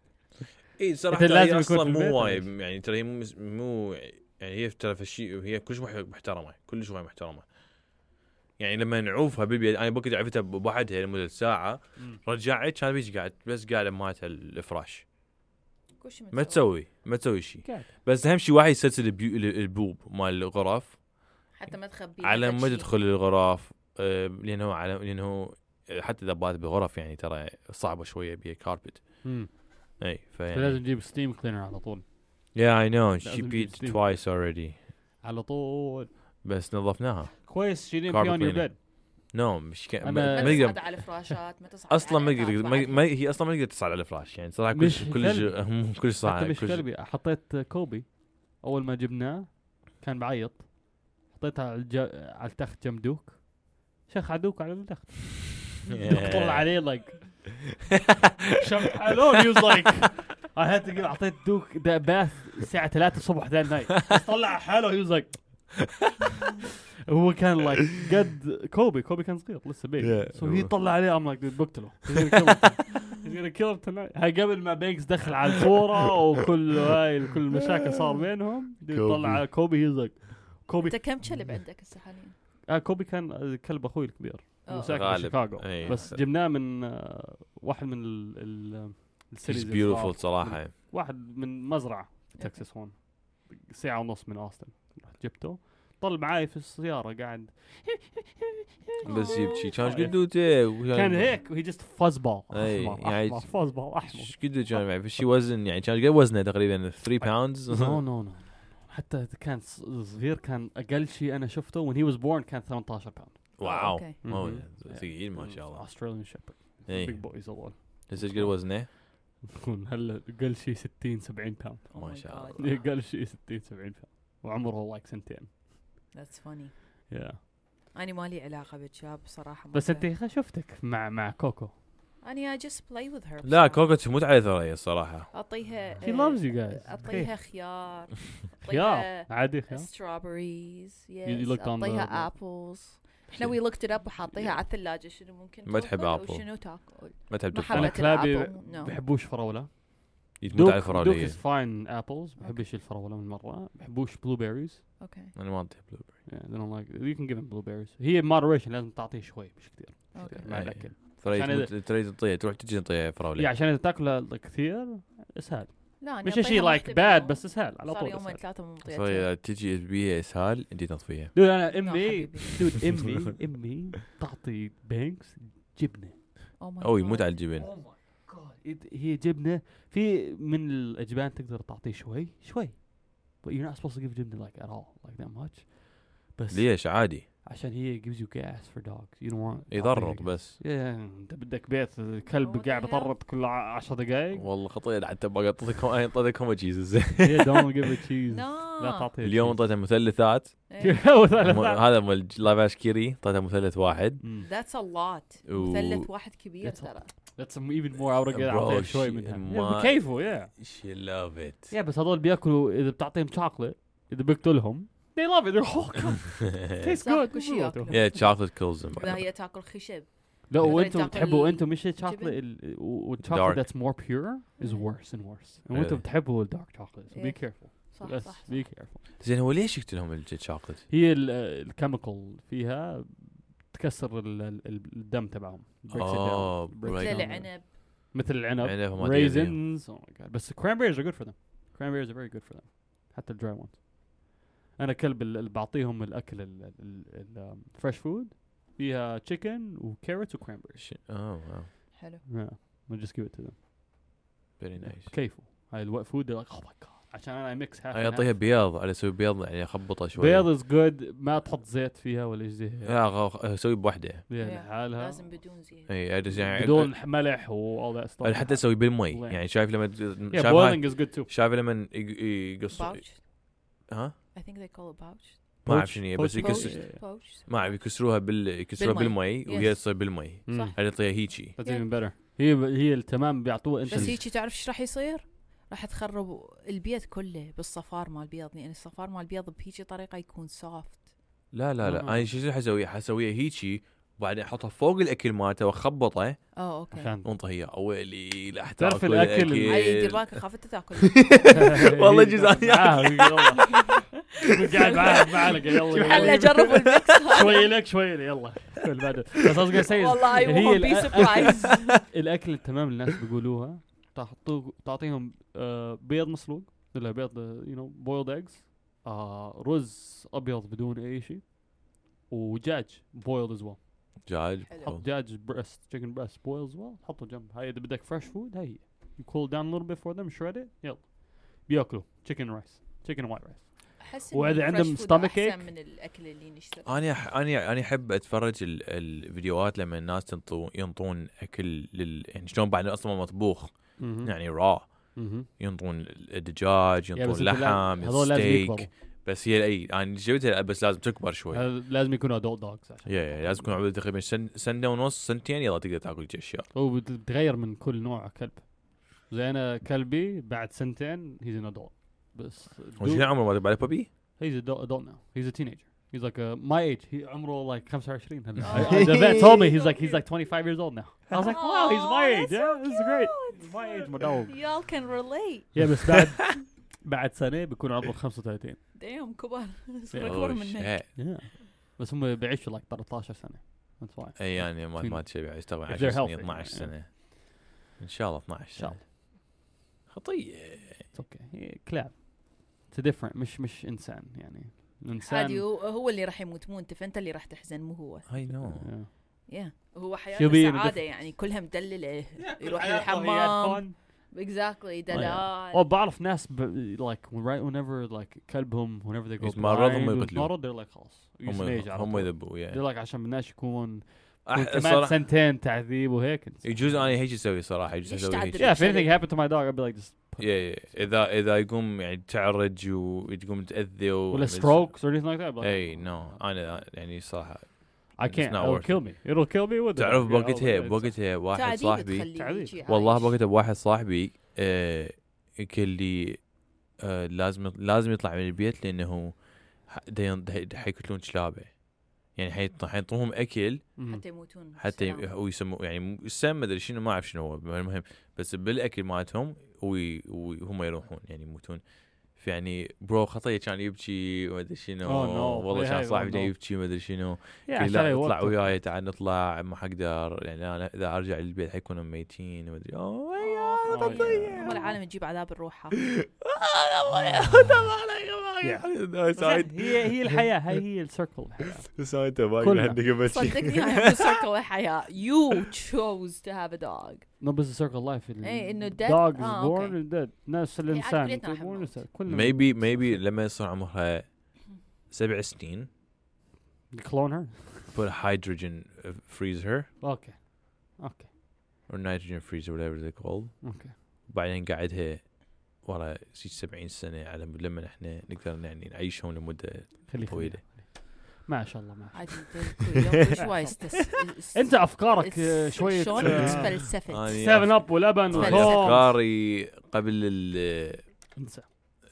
اي صراحه أنت لازم لازم هي يكون اصلا في البيت مو ولا وايد يعني ترى هي مو مس- مو يعني هي ترى في الشيء وهي كلش مح- محترمه كلش وهي محترمه يعني لما نعوفها بالبيت انا بكت عرفتها بوحدها لمده ساعه مم. رجعت كان بيش قاعد بس قاعده مالت الفراش كوش ما تسوي ما تسوي شيء قاعد. بس اهم شيء واحد يسلسل البيو- البوب مال الغرف حتى ما تخبي على ما ما تدخل الغرف آه، لانه على لانه حتى اذا بات بغرف يعني ترى صعبه شويه بيها كاربت مم. اي فلازم فيعني تجيب ستيم كلينر على طول يا اي نو شي لازم بيت تستلم. توايس اوريدي على طول بس نظفناها كويس شيلين Carpet بيان يور cleaner. بيد نو مش كا... أنا- ما ما ما تصعد تقدر على الفراشات ما تصعد اصلا ما على تقدر ما... الأطراف. ما... هي اصلا ما تقدر تصعد على الفلاش يعني صراحه كلش مش كلش كلبي. هم كلش حتى صعب مش كلش كلبي حطيت كوبي اول ما جبناه كان بعيط حطيته على, الج... على التخت جنب دوك شخ عدوك على التخت إيه. دوك طلع عليه لايك شمح الون يوز لايك I had to give اعطيت دوك ذا باث الساعه 3 الصبح ذا نايت طلع حاله يوز لايك هو كان لايك قد كوبي كوبي كان صغير لسه بيبي Yeah. سو هي طلع عليه ام لايك بقتله He's gonna kill him. He's gonna kill him tonight. هاي قبل ما بينكس دخل على الصوره وكل هاي كل المشاكل صار بينهم دي كوبي. طلع على كوبي هيز لايك كوبي انت كم كلب عندك هسه حاليا؟ آه كوبي كان كلب اخوي الكبير أوه. هو ساكن غالب. إيه. شيكاغو أي. بس جبناه من آه، واحد من ال ال It's السيريز beautiful الصغار. صراحه واحد من مزرعه في تكساس هون ساعه ونص من اوستن رحت جبته طل معاي في السياره قاعد بس يبكي كان ايش طيب. قد كان هيك وهي جست فاز بال أي، احمر يعني- احمر فاز بال احمر ايش قد كان معي في شي وزن يعني كان قد وزنه تقريبا 3 باوندز نو نو نو حتى كان ص- صغير كان اقل شيء انا شفته وين هي واز بورن كان 18 باوند واو أوكي. مو- مهم. ثقيل ما شاء الله استراليان شيبرد إي. بيج بويز اول بس ايش قد وزنه؟ هلا اقل شيء 60 70 باوند Oh ما my شاء God. الله. قال إيه، شيء 60 70 فعلا وعمره لايك سنتين That's funny. يا أنا مالي علاقة بالشاب صراحة بس مرة. انت شفتك مع مع كوكو أنا I just play with her. لا بصراحة. كوكو تموت على ثريا الصراحه أعطيها آه، شي loves you guys. أعطيها خيار خيار أعطيها عادي خيار strawberries you yes looked on the- أعطيها apples احنا وي لوكت ات اب وحاطيها Yeah. على الثلاجة شنو ممكن ما تحب تاكل apple. وشنو تاكل ما تحب ما تفرح أنا حبت كلابي الابل نو بحبوش فراوله تموت دوك على دوك ثريا از فاين ابلز بحبش الفراوله من مره بحبوش بلو بيريز اوكي انا ما انتبه بلو يو كان جيف بلو بيريز هي moderation لازم تعطيه شوي مش كثير اوكي مع أي. الاكل ثريا عشان إذا- تموت- ثريا تنطيها تروح تجي تنطيها هي فراوله عشان اذا تاكله كثير اسهال لا مش oh شيء لايك باد بس اسهال على صار طول يومين اسهال ثلاثة مو مطيتها ثريا تجي بيها اسهال انت تنطفيها دود انا لا امي حبيبي. دود امي امي تعطي بانكس جبنه Oh او يموت على الجبن Oh my God. إد- هي جبنه في من الاجبان تقدر تعطيه شوي شوي but you're not supposed to give جبنه like at all like that much بس ليش عادي عشان هي gives you gas for dogs you don't want يضرط بس Yeah, yeah. انت بدك بيت كلب Oh, قاعد yeah. يطرط كل 10 دقائق والله خطير حتى بقى اعطيكم اعطيكم تشيز yeah, إيه، don't give it cheese لا لا تعطيه اليوم cheese. اعطيتها مثلثات إيه. م- وثلاثة. هذا مال لايف اشكيري اعطيتها مثلث واحد Mm. That's a lot و- مثلث واحد كبير That's a- ترى That's some even more out Bro, of شوي shit, منها ما- Yeah, بكيفه yeah شي لاف ات يا بس هذول بياكلوا اذا بتعطيهم شوكليت اذا بقتلهم they love it they're oh god tastes صح، good كل شي ياكلوا. يا تشوكلت كولز اذا هي تاكل خشب لا بعدين وانتم تاكل بتحبوا انتم مش الشوكليت جبن. ال- و- والشوكليت Dark. that's more pure is إيه. worse and worse and إيه. وانتم بتحبوا الدارك شوكليت so be إيه. careful صح بس صح be careful زين هو ليش يقتلهم التشوكلت؟ هي الكيميكال فيها تكسر ال- ال- ال- الدم تبعهم breaks it down. آه، Breaks break- it مثل down. العنب مثل العنب عنب وما أدري إيه. raisins oh my god بس cranberries are good for them cranberries are very good for them حتى الدراي ones انا كلب ال- اللي بعطيهم الاكل الفريش فود um, فيها chicken وكاريتس وكرانبيرز ش- oh, اوه واو حلو yeah I just give it to them فيري نايس كيفه هاي الوقت فود like oh my god عشان انا ميكس half and يعطيها half. بياض على اسوي بياض يعني اخبطها شوي بيض از جود ما تحط زيت فيها ولا ايش زي هيك. لا غ- اسوي بوحده فيها Yeah. لحالها لازم بدون زيت اي أدرس يعني بدون ملح و all that stuff أنا حتى اسوي بالمي والله. يعني شايف لما yeah شايف هاي- boiling is good too شايف لما يق- يقص باوتش ها I think they call it pouch ما اعرف شنو هي بس Poached- يكس poached. pouch ما اعرف يكسروها بال يكسروها بالمي. بالمي وهي Yes. تصير بالمي Mm. صح. هذه يعطيها هيجي That's Yeah. even better. هي هي التمام بيعطوه انت بس ال- هيجي تعرف ايش راح يصير؟ راح تخرب البيت كله بالصفار مال البيض لان الصفار مال البيض بهيجي طريقه يكون سوفت لا لا لا آه. انا شو حسويها حسويها هيجي وبعدين احطها فوق الاكل مالته واخبطه اه اوكي عشان وانطي هي ويلي لا تعرف أحتاج كل إيه. الأكل اللي- اي دير بالك خافت تاكل والله يعني. جزاك معاها، والله. آه، قاعد بعالق بعالق يلا خلنا يلا اجرب الميكس شوي لك شوي لي يلا اللي بعده. بس قصدي سيد والله اي هي وونت بي الأ- سربرايز الاكل التمام اللي الناس بيقولوها تعطو- تعطيهم آه، بيض مسلوق ولا بيض يو نو بويلد ايجز آه، رز ابيض بدون اي شيء ودجاج بويلد از ويل دجاج حلو. حط دجاج بريست تشيكن بريست بويل از ويل حطه جنب هاي اذا بدك فريش فود هي كول داون ليتل بيت فور ذم شريد ات يلا بياكلوا تشيكن رايس تشيكن وايت رايس احس وإذا عندهم stomach ache؟ احسن من الاكل اللي نشتريه انا أح- انا انا احب اتفرج ال- الفيديوهات لما الناس تنطو ينطون اكل لل يعني شلون بعد اصلا مطبوخ Mm-hmm. يعني را ينطون الدجاج ينطون لحم ستيك بس هي اي انا جبتها بس لازم تكبر شوي يا لازم يكونوا ادولت دوجز عشان يا لازم تكون عمرك تقريبا سن- سنه ونص سنتين يلا تقدر تاكل هيك اشياء هو بت- بتغير من كل نوع كلب زي انا كلبي بعد سنتين هيز ان ادولت بس وش عمره ما تبع بابي؟ هيز ادولت ناو هيز ا تينيجر He's like uh, my age. He عمره like 25 هلا. I- I- the vet told me he's like he's like 25 years old now. I was like, wow, he's my Aw, age. Oh, Yeah, that's so this is great. cute. He's my age, my dog. Y'all can relate. yeah, بس بعد بعد سنة بيكون عمره 35. Damn, كبر. صار أكبر أوه، منك. شيء. Yeah. بس هم بيعيشوا like 13 سنة. That's why. اي يعني ما ما تشبع يعني طبعا إيه، If 10 سنين they're healthy. 12 Yeah. سنه ان شاء الله 12 إن شاء سنه خطيه It's okay. هي كلاب. It's different. مش مش إنسان يعني. الإنسان. عادي هو هو اللي راح يموت مو انت فانت اللي راح تحزن مو هو اي نو Yeah. يا هو She'll be حياته in a سعاده different- يعني كلها مدلله يروح حياته هي الحمام fun. اكزاكتلي او دلال Oh, بعرف ناس ب... like right whenever like كلبهم whenever they go يتمرضهم blind ويقتلوه. ويتمرض they're like خلاص هم يسنيج على هم طول. يذبوا يا. they're like عشان بدناش يكون أح- كمان صراحة- سنتين تعذيب وهيك يجوز انا هيك اسوي صراحه يجوز ليش اسوي تعدل؟ هيك yeah if anything happened to my dog I'd be like just Yeah, yeah. اذا اذا يقوم يعني تعرج وتقوم تاذي و ولا strokes or anything like that I'd be like, اي نو انا يعني صراحه I It's can't. not It'll worth kill me. It'll kill me with the تعرف dog. Yeah, بوقتها I'll- it's- بوقتها واحد تعذيب صاحبي تخليه تعذيب. يجي والله عايش. بوقتها واحد صاحبي آه قال لي آه لازم لازم يطلع من البيت لانه ح- دا ين- دا- دا حيقتلون كلابه يعني حيط- حيعطوهم اكل مم. حتى يموتون حتى بسلام. يم- ويسموا يعني م- السم ما ادري شنو ما اعرف شنو هو المهم بس بالاكل مالتهم وي- وهم يروحون يعني يموتون فيعني برو خطيه كان يبكي وما ادري شنو Oh no. والله Yeah, كان oh صاحبي no. جاي يبكي ما ادري شنو Yeah, قال إيه، لا عشان اطلع يوقف. وياي تعال نطلع ما حقدر يعني انا اذا ارجع للبيت حيكونوا ميتين وما ادري اوه يا آه، بطيء. هم العالم تجيب عذاب الروحة آه، لا، والله، لا، والله. بس لا، هي هي الحياة هي هي السيركل الحياة. سايد باقي كلنا. عندك بشي صدقني هاي circle حياة you chose to have a dog No, but it's a circle of life. إيه، إنه death- dog is آه، born أوكي. and dead. نفس عاد الإنسان. كليتنا born راح نموت. and dead. كلنا. ميبي ميبي لما يصير عمرها سبع سنين Clone her. put hydrogen uh, freeze her Okay. Okay. or nitrogen freeze or whatever they're called Okay. وبعدين قعدها ورا شي 70 سنه على مود لما احنا نقدر يعني نعيشهم لمده خلي طويلة. خلي. ما شاء الله ما شاء عاد انت كل يوم شوي استس- الله. أنت أفكارك اس- آه، شوية شلون آه، تفلسفت آه، سفن اب ولبن أنا فلسفة. وكوك. افكاري قبل ال انسى.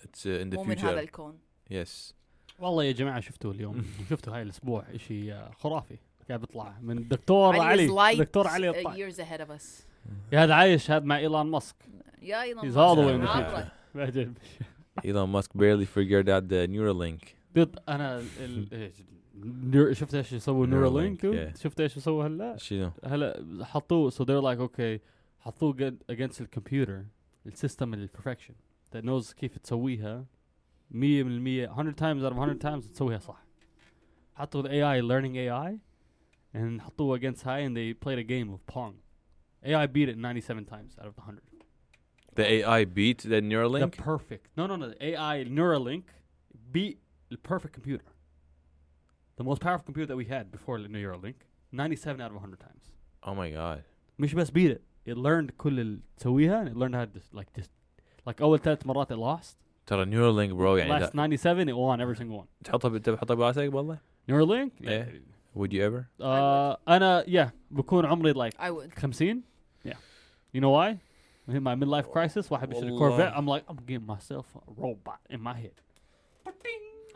it's, uh, in the مو من هذا future الكون yes والله يا جماعة شفتوا اليوم شفتوا هاي الأسبوع شيء آه، خرافي قاعد بيطلع من الدكتور علي. دكتور علي الطائي. uh, years ahead of us يا هذا عايش هذا مع إيلون ماسك. يا ايضا He's all the way in the عطلة. بعدين Elon Musk barely figured out the Neuralink دود انا ال- إيش- نير- شفت ايش يسووا Neuralink، نيورالينك yeah. شفت ايش يسووا هلا شنو هلا حطوه so they're like okay حطوه قد- against الكمبيوتر السيستم البرفكشن that knows كيف تسويها 100% 100 times out of 100 times تسويها صح حطوا ال AI learning AI and حطوه against high and they played a game of Pong AI beat it 97 times out of the 100 the AI beat the Neuralink The perfect. No, no, no. The AI Neuralink beat the perfect computer. The most powerful computer that we had before the Neuralink. 97 out of 100 times. oh my god مش بس beat it. It learned كل اللي تسويها and it learned how to just, like just like أول ثلاث مرات it lost. ترى Neuralink bro يعني Last 97 it won every single one. تحطها ب- تحطها براسك والله Neuralink إيه. would you ever uh, أنا yeah بكون عمري like I would 50 yeah. You know why? In my midlife crisis واحد بيشتري والله. Corvette I'm like I'm getting myself a robot in my head.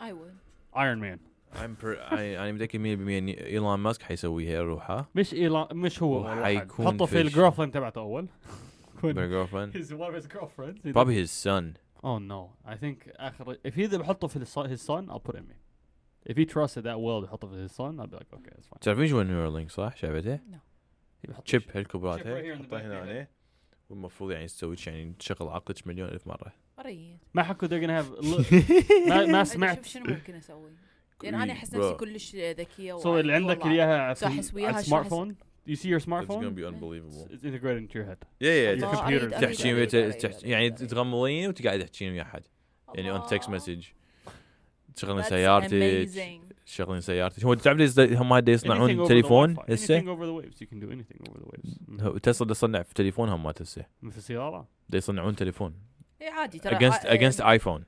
I would Iron Man. I'm per... I... أنا متأكد 100% إن إيلون ماسك حيسويها روحه مش إيلون مش هو أول واحد. وحيكون حطه في فيش. الجيرل فريند تبعته اول my girlfriend He's one of his girlfriends. probably his son Oh no, I think آخر if he بحطه في his son- his son, I'll put him in. If he trusted that world يحطه في his son, I'll be like okay, that's fine. تعرفين شو نيورلينك صح؟ شعبته؟ يحط تشيب هالكبرات Chip right here in the هيك تحطها back, هنا yeah. هنا. والمفروض يعني تسوي شي- يعني تشغل عقلك مليون الف مره مريض ما حكوا they're gonna have li- ما, ما شوف سمعت شنو ممكن اسوي لان انا احس يعني نفسي كلش ذكيه so اللي عندك اياها في صح، أحس وياها شو سمارت أحس- phone you see your It's gonna smartphone be Yeah. unbelievable. it's integrated into your head Yeah, آه، Yeah. yeah. computer. تحكين ويا- تحكي- يعني تغمضين وتقعد تحكين ويا احد يعني اون آه. تكست مسج تشغلين سيارتك تشغلين سيارتك هو تعرف ليش هم هاد Anything over يصنعون the تليفون Wi-Fi. هسه anything over the waves you can do anything over the waves Mm. هو- تسلا دا تصنع في تليفون هم مات هسه من في السيارة دا يصنعون تليفون اي عادي ترى against آه، against ايفون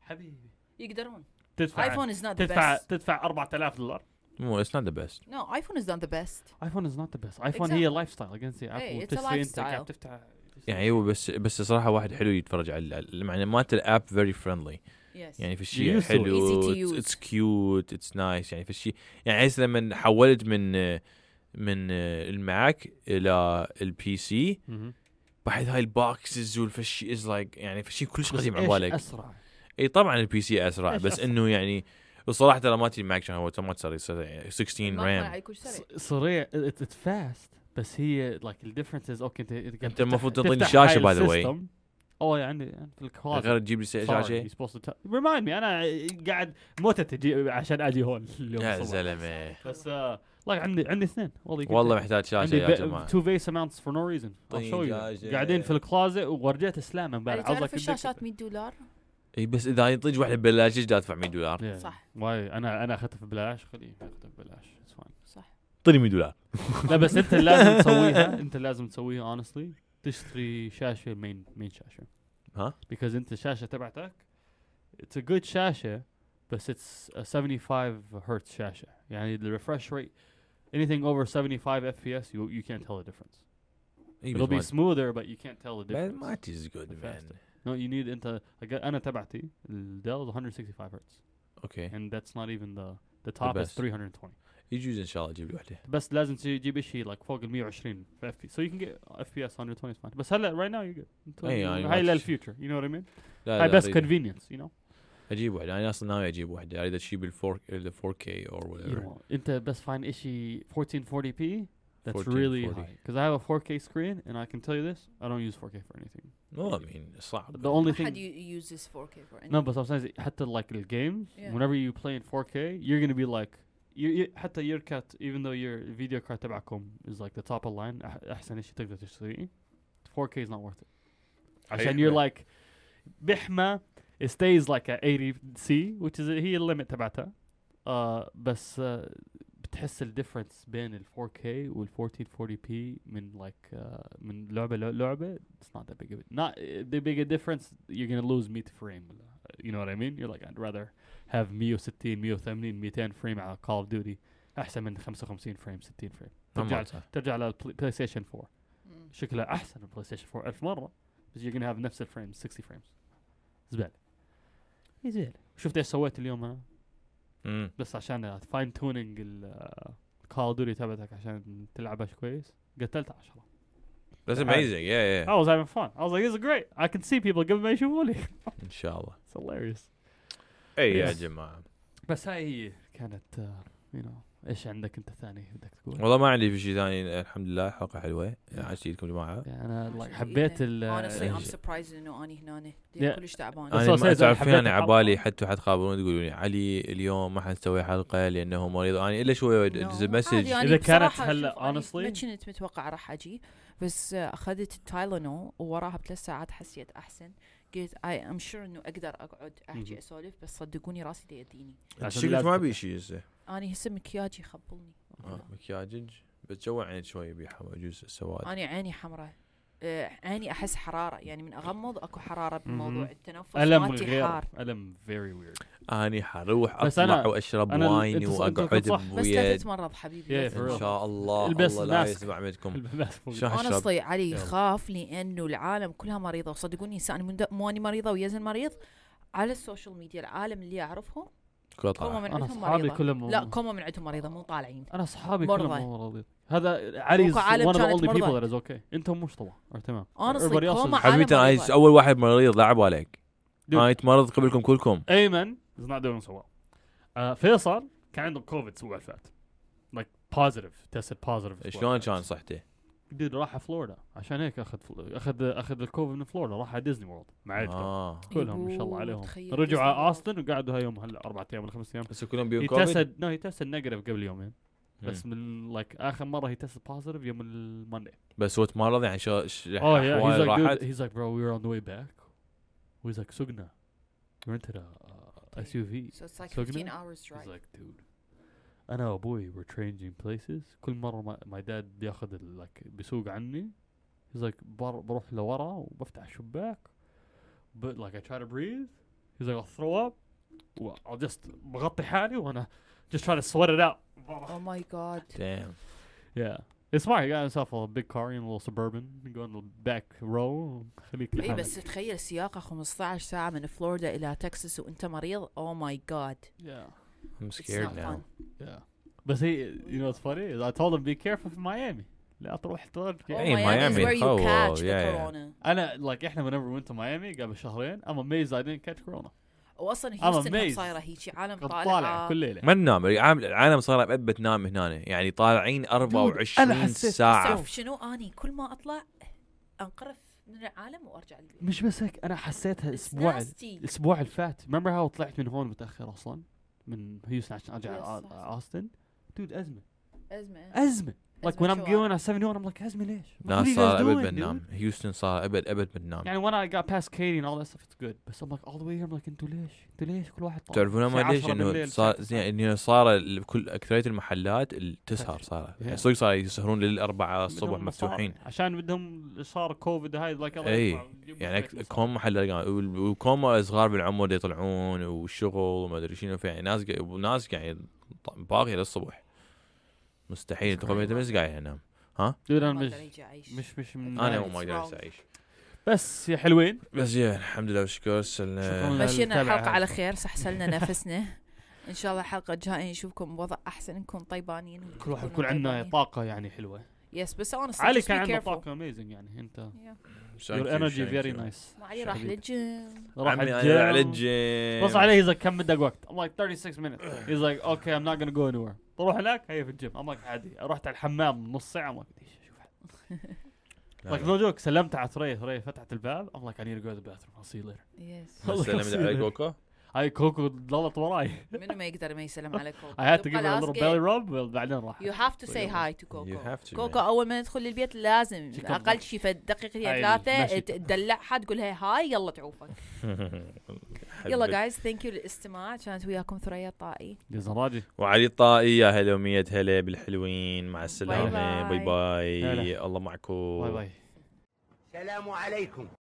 حبيبي يقدرون تدفع ايفون از نوت ذا تدفع بيست تدفع 4000 دولار مو اتس نوت ذا بيست نو ايفون از نوت ذا بيست ايفون از نوت ذا بيست ايفون هي Exactly. إيه، لايف ستايل اجنسي ابل it's a تسوي انت قاعد lifestyle. تفتح يعني ايوه بس بس صراحه واحد حلو يتفرج على ال- يعني مالت الاب فيري فريندلي يس يعني في الشيء Used to it. حلو Easy to use. اتس كيوت اتس نايس يعني في الشيء يعني هسه لما حولت من من الماك الى البي سي بعد هاي البوكسز والفشي از لايك يعني فشي كلش قديم على بالك اسرع اي طبعا البي سي اسرع إيش بس أسرع؟ انه يعني الصراحه ترى ما تجي معك شهوة، هو ما تصير يصير يعني 16 رام ص- سريع اتس فاست بس هي لايك الديفرنس اوكي انت انت قاعد أنت المفروض تفتح- تعطيني تفتح شاشة هاي by the way. السيستم. اوه يعني يعني في الكلاس غير تجيب لي شاشه ريمايند مي انا قاعد موتت اجي عشان اجي هون اليوم يا الصبح. زلمه بس آه، لايك عندي عندي اثنين والله والله محتاج شاشه يا جماعه تو فيس اماونتس فور نو ريزن طيب، جاجة. قاعدين في الكلازت ورجعت اسلام امبارح يعني تعرف عضلك يدك- الشاشات 100 دولار اي بس اذا يطيج واحده ببلاش دا ادفع 100 دولار Yeah. صح. واي انا انا اخذتها ببلاش خليه اخذتها ببلاش It's fine. صح طيب، اعطيني 100 دولار لا بس انت لازم تسويها انت لازم تسويها اونستلي تشتري شاشه مين مين شاشه ها؟ بيكوز انت الشاشه تبعتك اتس ا جود شاشه بس اتس 75 هرتز شاشه يعني the refresh rate anything over 75 fps you you can't tell the difference اي it'll be بس smoother but you can't tell the ما ما difference تيز جود faster. no you need انت انا تبعتي الديل 165 هرتز اوكي and that's not even the the top is best. 320 يجوز ان شاء الله اجيب لي واحده بس لازم تجيب شيء like فوق ال 120 في اف بي so you can get FPS 120 is fine بس هلا right now you get أي، يعني هاي ما لل تش- future you know what I mean لا هاي لا، بس أريد- convenience you know اجيب واحده انا اصلا ناوي اجيب واحده اريد اجيب ال 4 ال 4K or you whatever know انت بس find شيء 1440p that's 1440. really high because I have a 4K screen and I can tell you this I don't use 4K for anything No, I mean صعب the only ما حد thing يو- uses 4K for anything no but sometimes حتى like the games Yeah. whenever you play in 4K you're gonna be like you, you, حتى your cat even though your video card تبعكم is like the top of line أح- احسن شيء تقدر تشتريه 4K is not worth it عشان you're like بحمى it stays like at 80C which is هي الليمت تبعتها uh, بس uh, بتحس الديفرنس بين ال 4K وال 1440p من like uh, من لعبة لع- لعبة it's not that big of a not uh, the big a difference you're gonna lose 100 frame you know what I mean you're like I'd rather have 160 180 200 frame على Call of Duty أحسن من 55 frame 60 frame ما ترجع مالتها. ترجع للبلاي ستيشن 4 مم. شكلها احسن من بلاي ستيشن 4 1000 مره بس you're gonna have نفس الفريم 60 فريمز زباله زباله شفت ايش سويت اليوم انا أمم. بس عشان فاين تونينج الكول دوري تبعتك عشان تلعبها كويس قتلت 10 That's تعال. amazing. Yeah, yeah. I was having fun I was like this is great I can see people قبل ما يشوفوني ان شاء الله. it's hilarious اي يا Oh. Yes. جماعه. بس هاي هي كانت آه، you know ايش عندك انت ثاني بدك تقول والله ما عندي في شيء ثاني الحمد لله حلقه حلوه عشت لكم جماعه. يعني انا like Honestly, حبيت ال honestly I'm إيش- surprised انه اني هنا Yeah. يعني كلش تعبانه انا So ما says أنا يعني تعرفين حبيت انا الحلقة. عبالي حتى حد خابرون تقولوا لي علي اليوم ما حنسوي حلقه لانه مريض انا الا شوي مسج يعني إذا كانت هلا honestly- اونستلي ما كنت متوقع راح اجي بس آه، اخذت التايلانول ووراها بثلاث ساعات حسيت احسن قلت اي ام شور انه اقدر اقعد مهم. احكي اسولف بس صدقوني راسي دا يديني عشان شكلك لازم ما بي شيء هسه. انا هسه مكياجي يخبلني آه، مكياجج بس جوا عينك شوي بيحا بجوز السواد. انا عيني حمراء آه، عيني احس حراره يعني من اغمض اكو حراره مهم. بالموضوع التنفس الم مالتي غير حار الم very weird انا حروح بس أنا- اطلع واشرب أنا ال- واين أنت ص- أنت كنت واقعد صح. بس بويا لا تتمرض حبيبي Yeah, لا for تتمرض. ان شاء الله البس الله لا ماسك. يسمع منكم. البس فوق. شو هالشرب؟ اونستلي علي يلا. يخاف لانه العالم كلها مريضه وصدقوني هسه انا من- مو اني مريضه ويا زين مريض على السوشيال ميديا العالم اللي اعرفهم كلها كوما طالعة. من آه. أنا عندهم أصحابي مريضه كلهم- لا كوما من عندهم مريضه مو طالعين انا اصحابي مرضى. كلهم مو راضيين هذا علي is أكو عالم one of the كانت only people مرضى. that is okay انتم مش طبعا or تمام Honestly، Everybody else كوما is- عالم حبيبتي انا مريضة. اول واحد مريض لا عليك dude. انا يتمرض قبلكم كلكم ايمن از نوت دوينج سو ويل Uh, فيصل كان عنده كوفيد الاسبوع اللي فات لايك بوزيتيف تيستد بوزيتيف شلون كان صحته؟ ديد راح على فلوريدا عشان هيك اخذ فل... اخذ اخذ الكوفيد من فلوريدا راح على ديزني وورلد مع عيلته اه كلهم ما شاء الله يبو، عليهم أيوه، تخيل رجعوا ديزني على وورلد. اوستن وقعدوا هايوم هلا اربع ايام ولا خمس ايام بس كلهم بيهم هي كوفيد تستد نو هي تستد نيجاتيف قبل يومين بس من لايك اخر مره هي تستد بوزيتيف يوم الماندي بس هو تمرض يعني شو ش- Oh yeah, he's أحواله like, راحت dude, he's like, bro, we were on the way back. We was like, Sugna, we rented a uh, Damn. SUV. So it's like So can 15 I- hours drive. He's like, dude, أنا وأبوي we're changing places. كل مرة my, my dad بياخذ ال- like بيسوق عني. He's like, بر, بروح لورا وبفتح الشباك. But like I try to breathe. He's like, I'll throw up. و- I'll just بغطي حالي وأنا just try to sweat it out. oh my god. Damn. Yeah. It's smart. He got himself a big car and a little suburban. Go in the back row. خليك اي لحالك. إيه، بس تخيل سياقه 15 ساعة من فلوريدا إلى تكساس وأنت مريض oh my god. Yeah. I'm It's scared not now. fun. Oh Yeah. But he, you know what's funny? Is I told him, be careful for Miami. لا تروح Oh, Hey, ترجع. Miami, is Miami. where you Oh, catch the yeah, yeah. corona. انا like احنا whenever went to Miami قبل شهرين I'm amazed I didn't catch corona. وأصلا amazed. هيوستن صايرة هيجي عالم كنت طالع طالعة كل ليله. ما ننام العالم- العالم صار بأبة تنام هنا يعني طالعين 24 حسيت ساعة بالصوت. تعرف شنو اني كل ما اطلع انقرف من العالم وارجع للبيت مش بس هيك انا حسيتها It's الاسبوع nasty. الاسبوع اللي فات remember how طلعت من هون متاخر اصلا من هيوستن عشان ارجع Yes, على صح. اوستن دود ازمه ازمه ازمه like when أزمة I'm شوارع. going at 7 I'm like ازمه ليش؟ What are ناس you guys صار نعم، doing, أبد dude? بننام هيوستن صار أبد أبد بننام يعني when I got past Katie and all that stuff it's good بس I'm like all the way here I'm like انتوا ليش؟ انتوا ليش كل واحد طالع؟ تعرفون الساعة ما ليش 10 انه بالليل، صار الساعة 9. يعني انه صار ال- كل اكثريه المحلات ال- تسهر صار Yeah. يعني صدق صار يسهرون للاربعه الصبح بدهم مصاري. مفتوحين عشان بدهم صار كوفيد هاي لايك الله إي. يرفع- يجيب يعني لك أك- مصاري. كم محل وكم صغار بالعمر دي يطلعون والشغل وما ادري شنو في يعني ناس قا- وناس قاعد ط- باقيه للصبح مستحيل تدخل بيت المجلس قاعد ينام دود ما انا مش أقدر أجي أعيش. مش مش من انا Nice. مو ما اقدر Wrong. اعيش بس يا حلوين بس يا الحمد لله والشكر سلنا شكراً. مشينا نتابع الحلقه هذا. على خير سحسلنا نفسنا ان شاء الله الحلقه الجايه نشوفكم بوضع احسن نكون طيبانين كل واحد يكون عندنا طاقه يعني حلوه يس بس انا علي كان عنده طاقه اميزنج يعني انت يور انرجي فيري نايس علي راح للجيم راح عمي انا على الجيم الجيم بص عليه he's like كم بدك وقت I'm like 36 minutes he's like okay I'm not gonna go anywhere بروح هناك هي في الجيم I'm like عادي رحت على الحمام نص ساعه I'm like إيش أشوف حد. like نعم. no joke سلمت على ثريا ثريا فتحت الباب I'm like I need to go to the bathroom I'll see you later يس بس سلمت عليك وكا هاي كوكو ضلت وراي منو ما يقدر ما يسلم على I had to كوكو give her a little belly rub بعدين راح يو هاف تو سي هاي You تو كوكو have to, كوكو man. اول ما ندخل البيت لازم شكراً. اقل شي في هاي دقيقتين ثلاثه المشي. تدلعها تقول لها هاي يلا تعوفك يلا حبيت. جايز ثانك يو للاستماع كانت وياكم ثريا الطائي جزا راجي وعلي الطائي يا هلا ومية هلا بالحلوين مع السلامة باي. باي باي, هلا. الله معكم باي باي السلام عليكم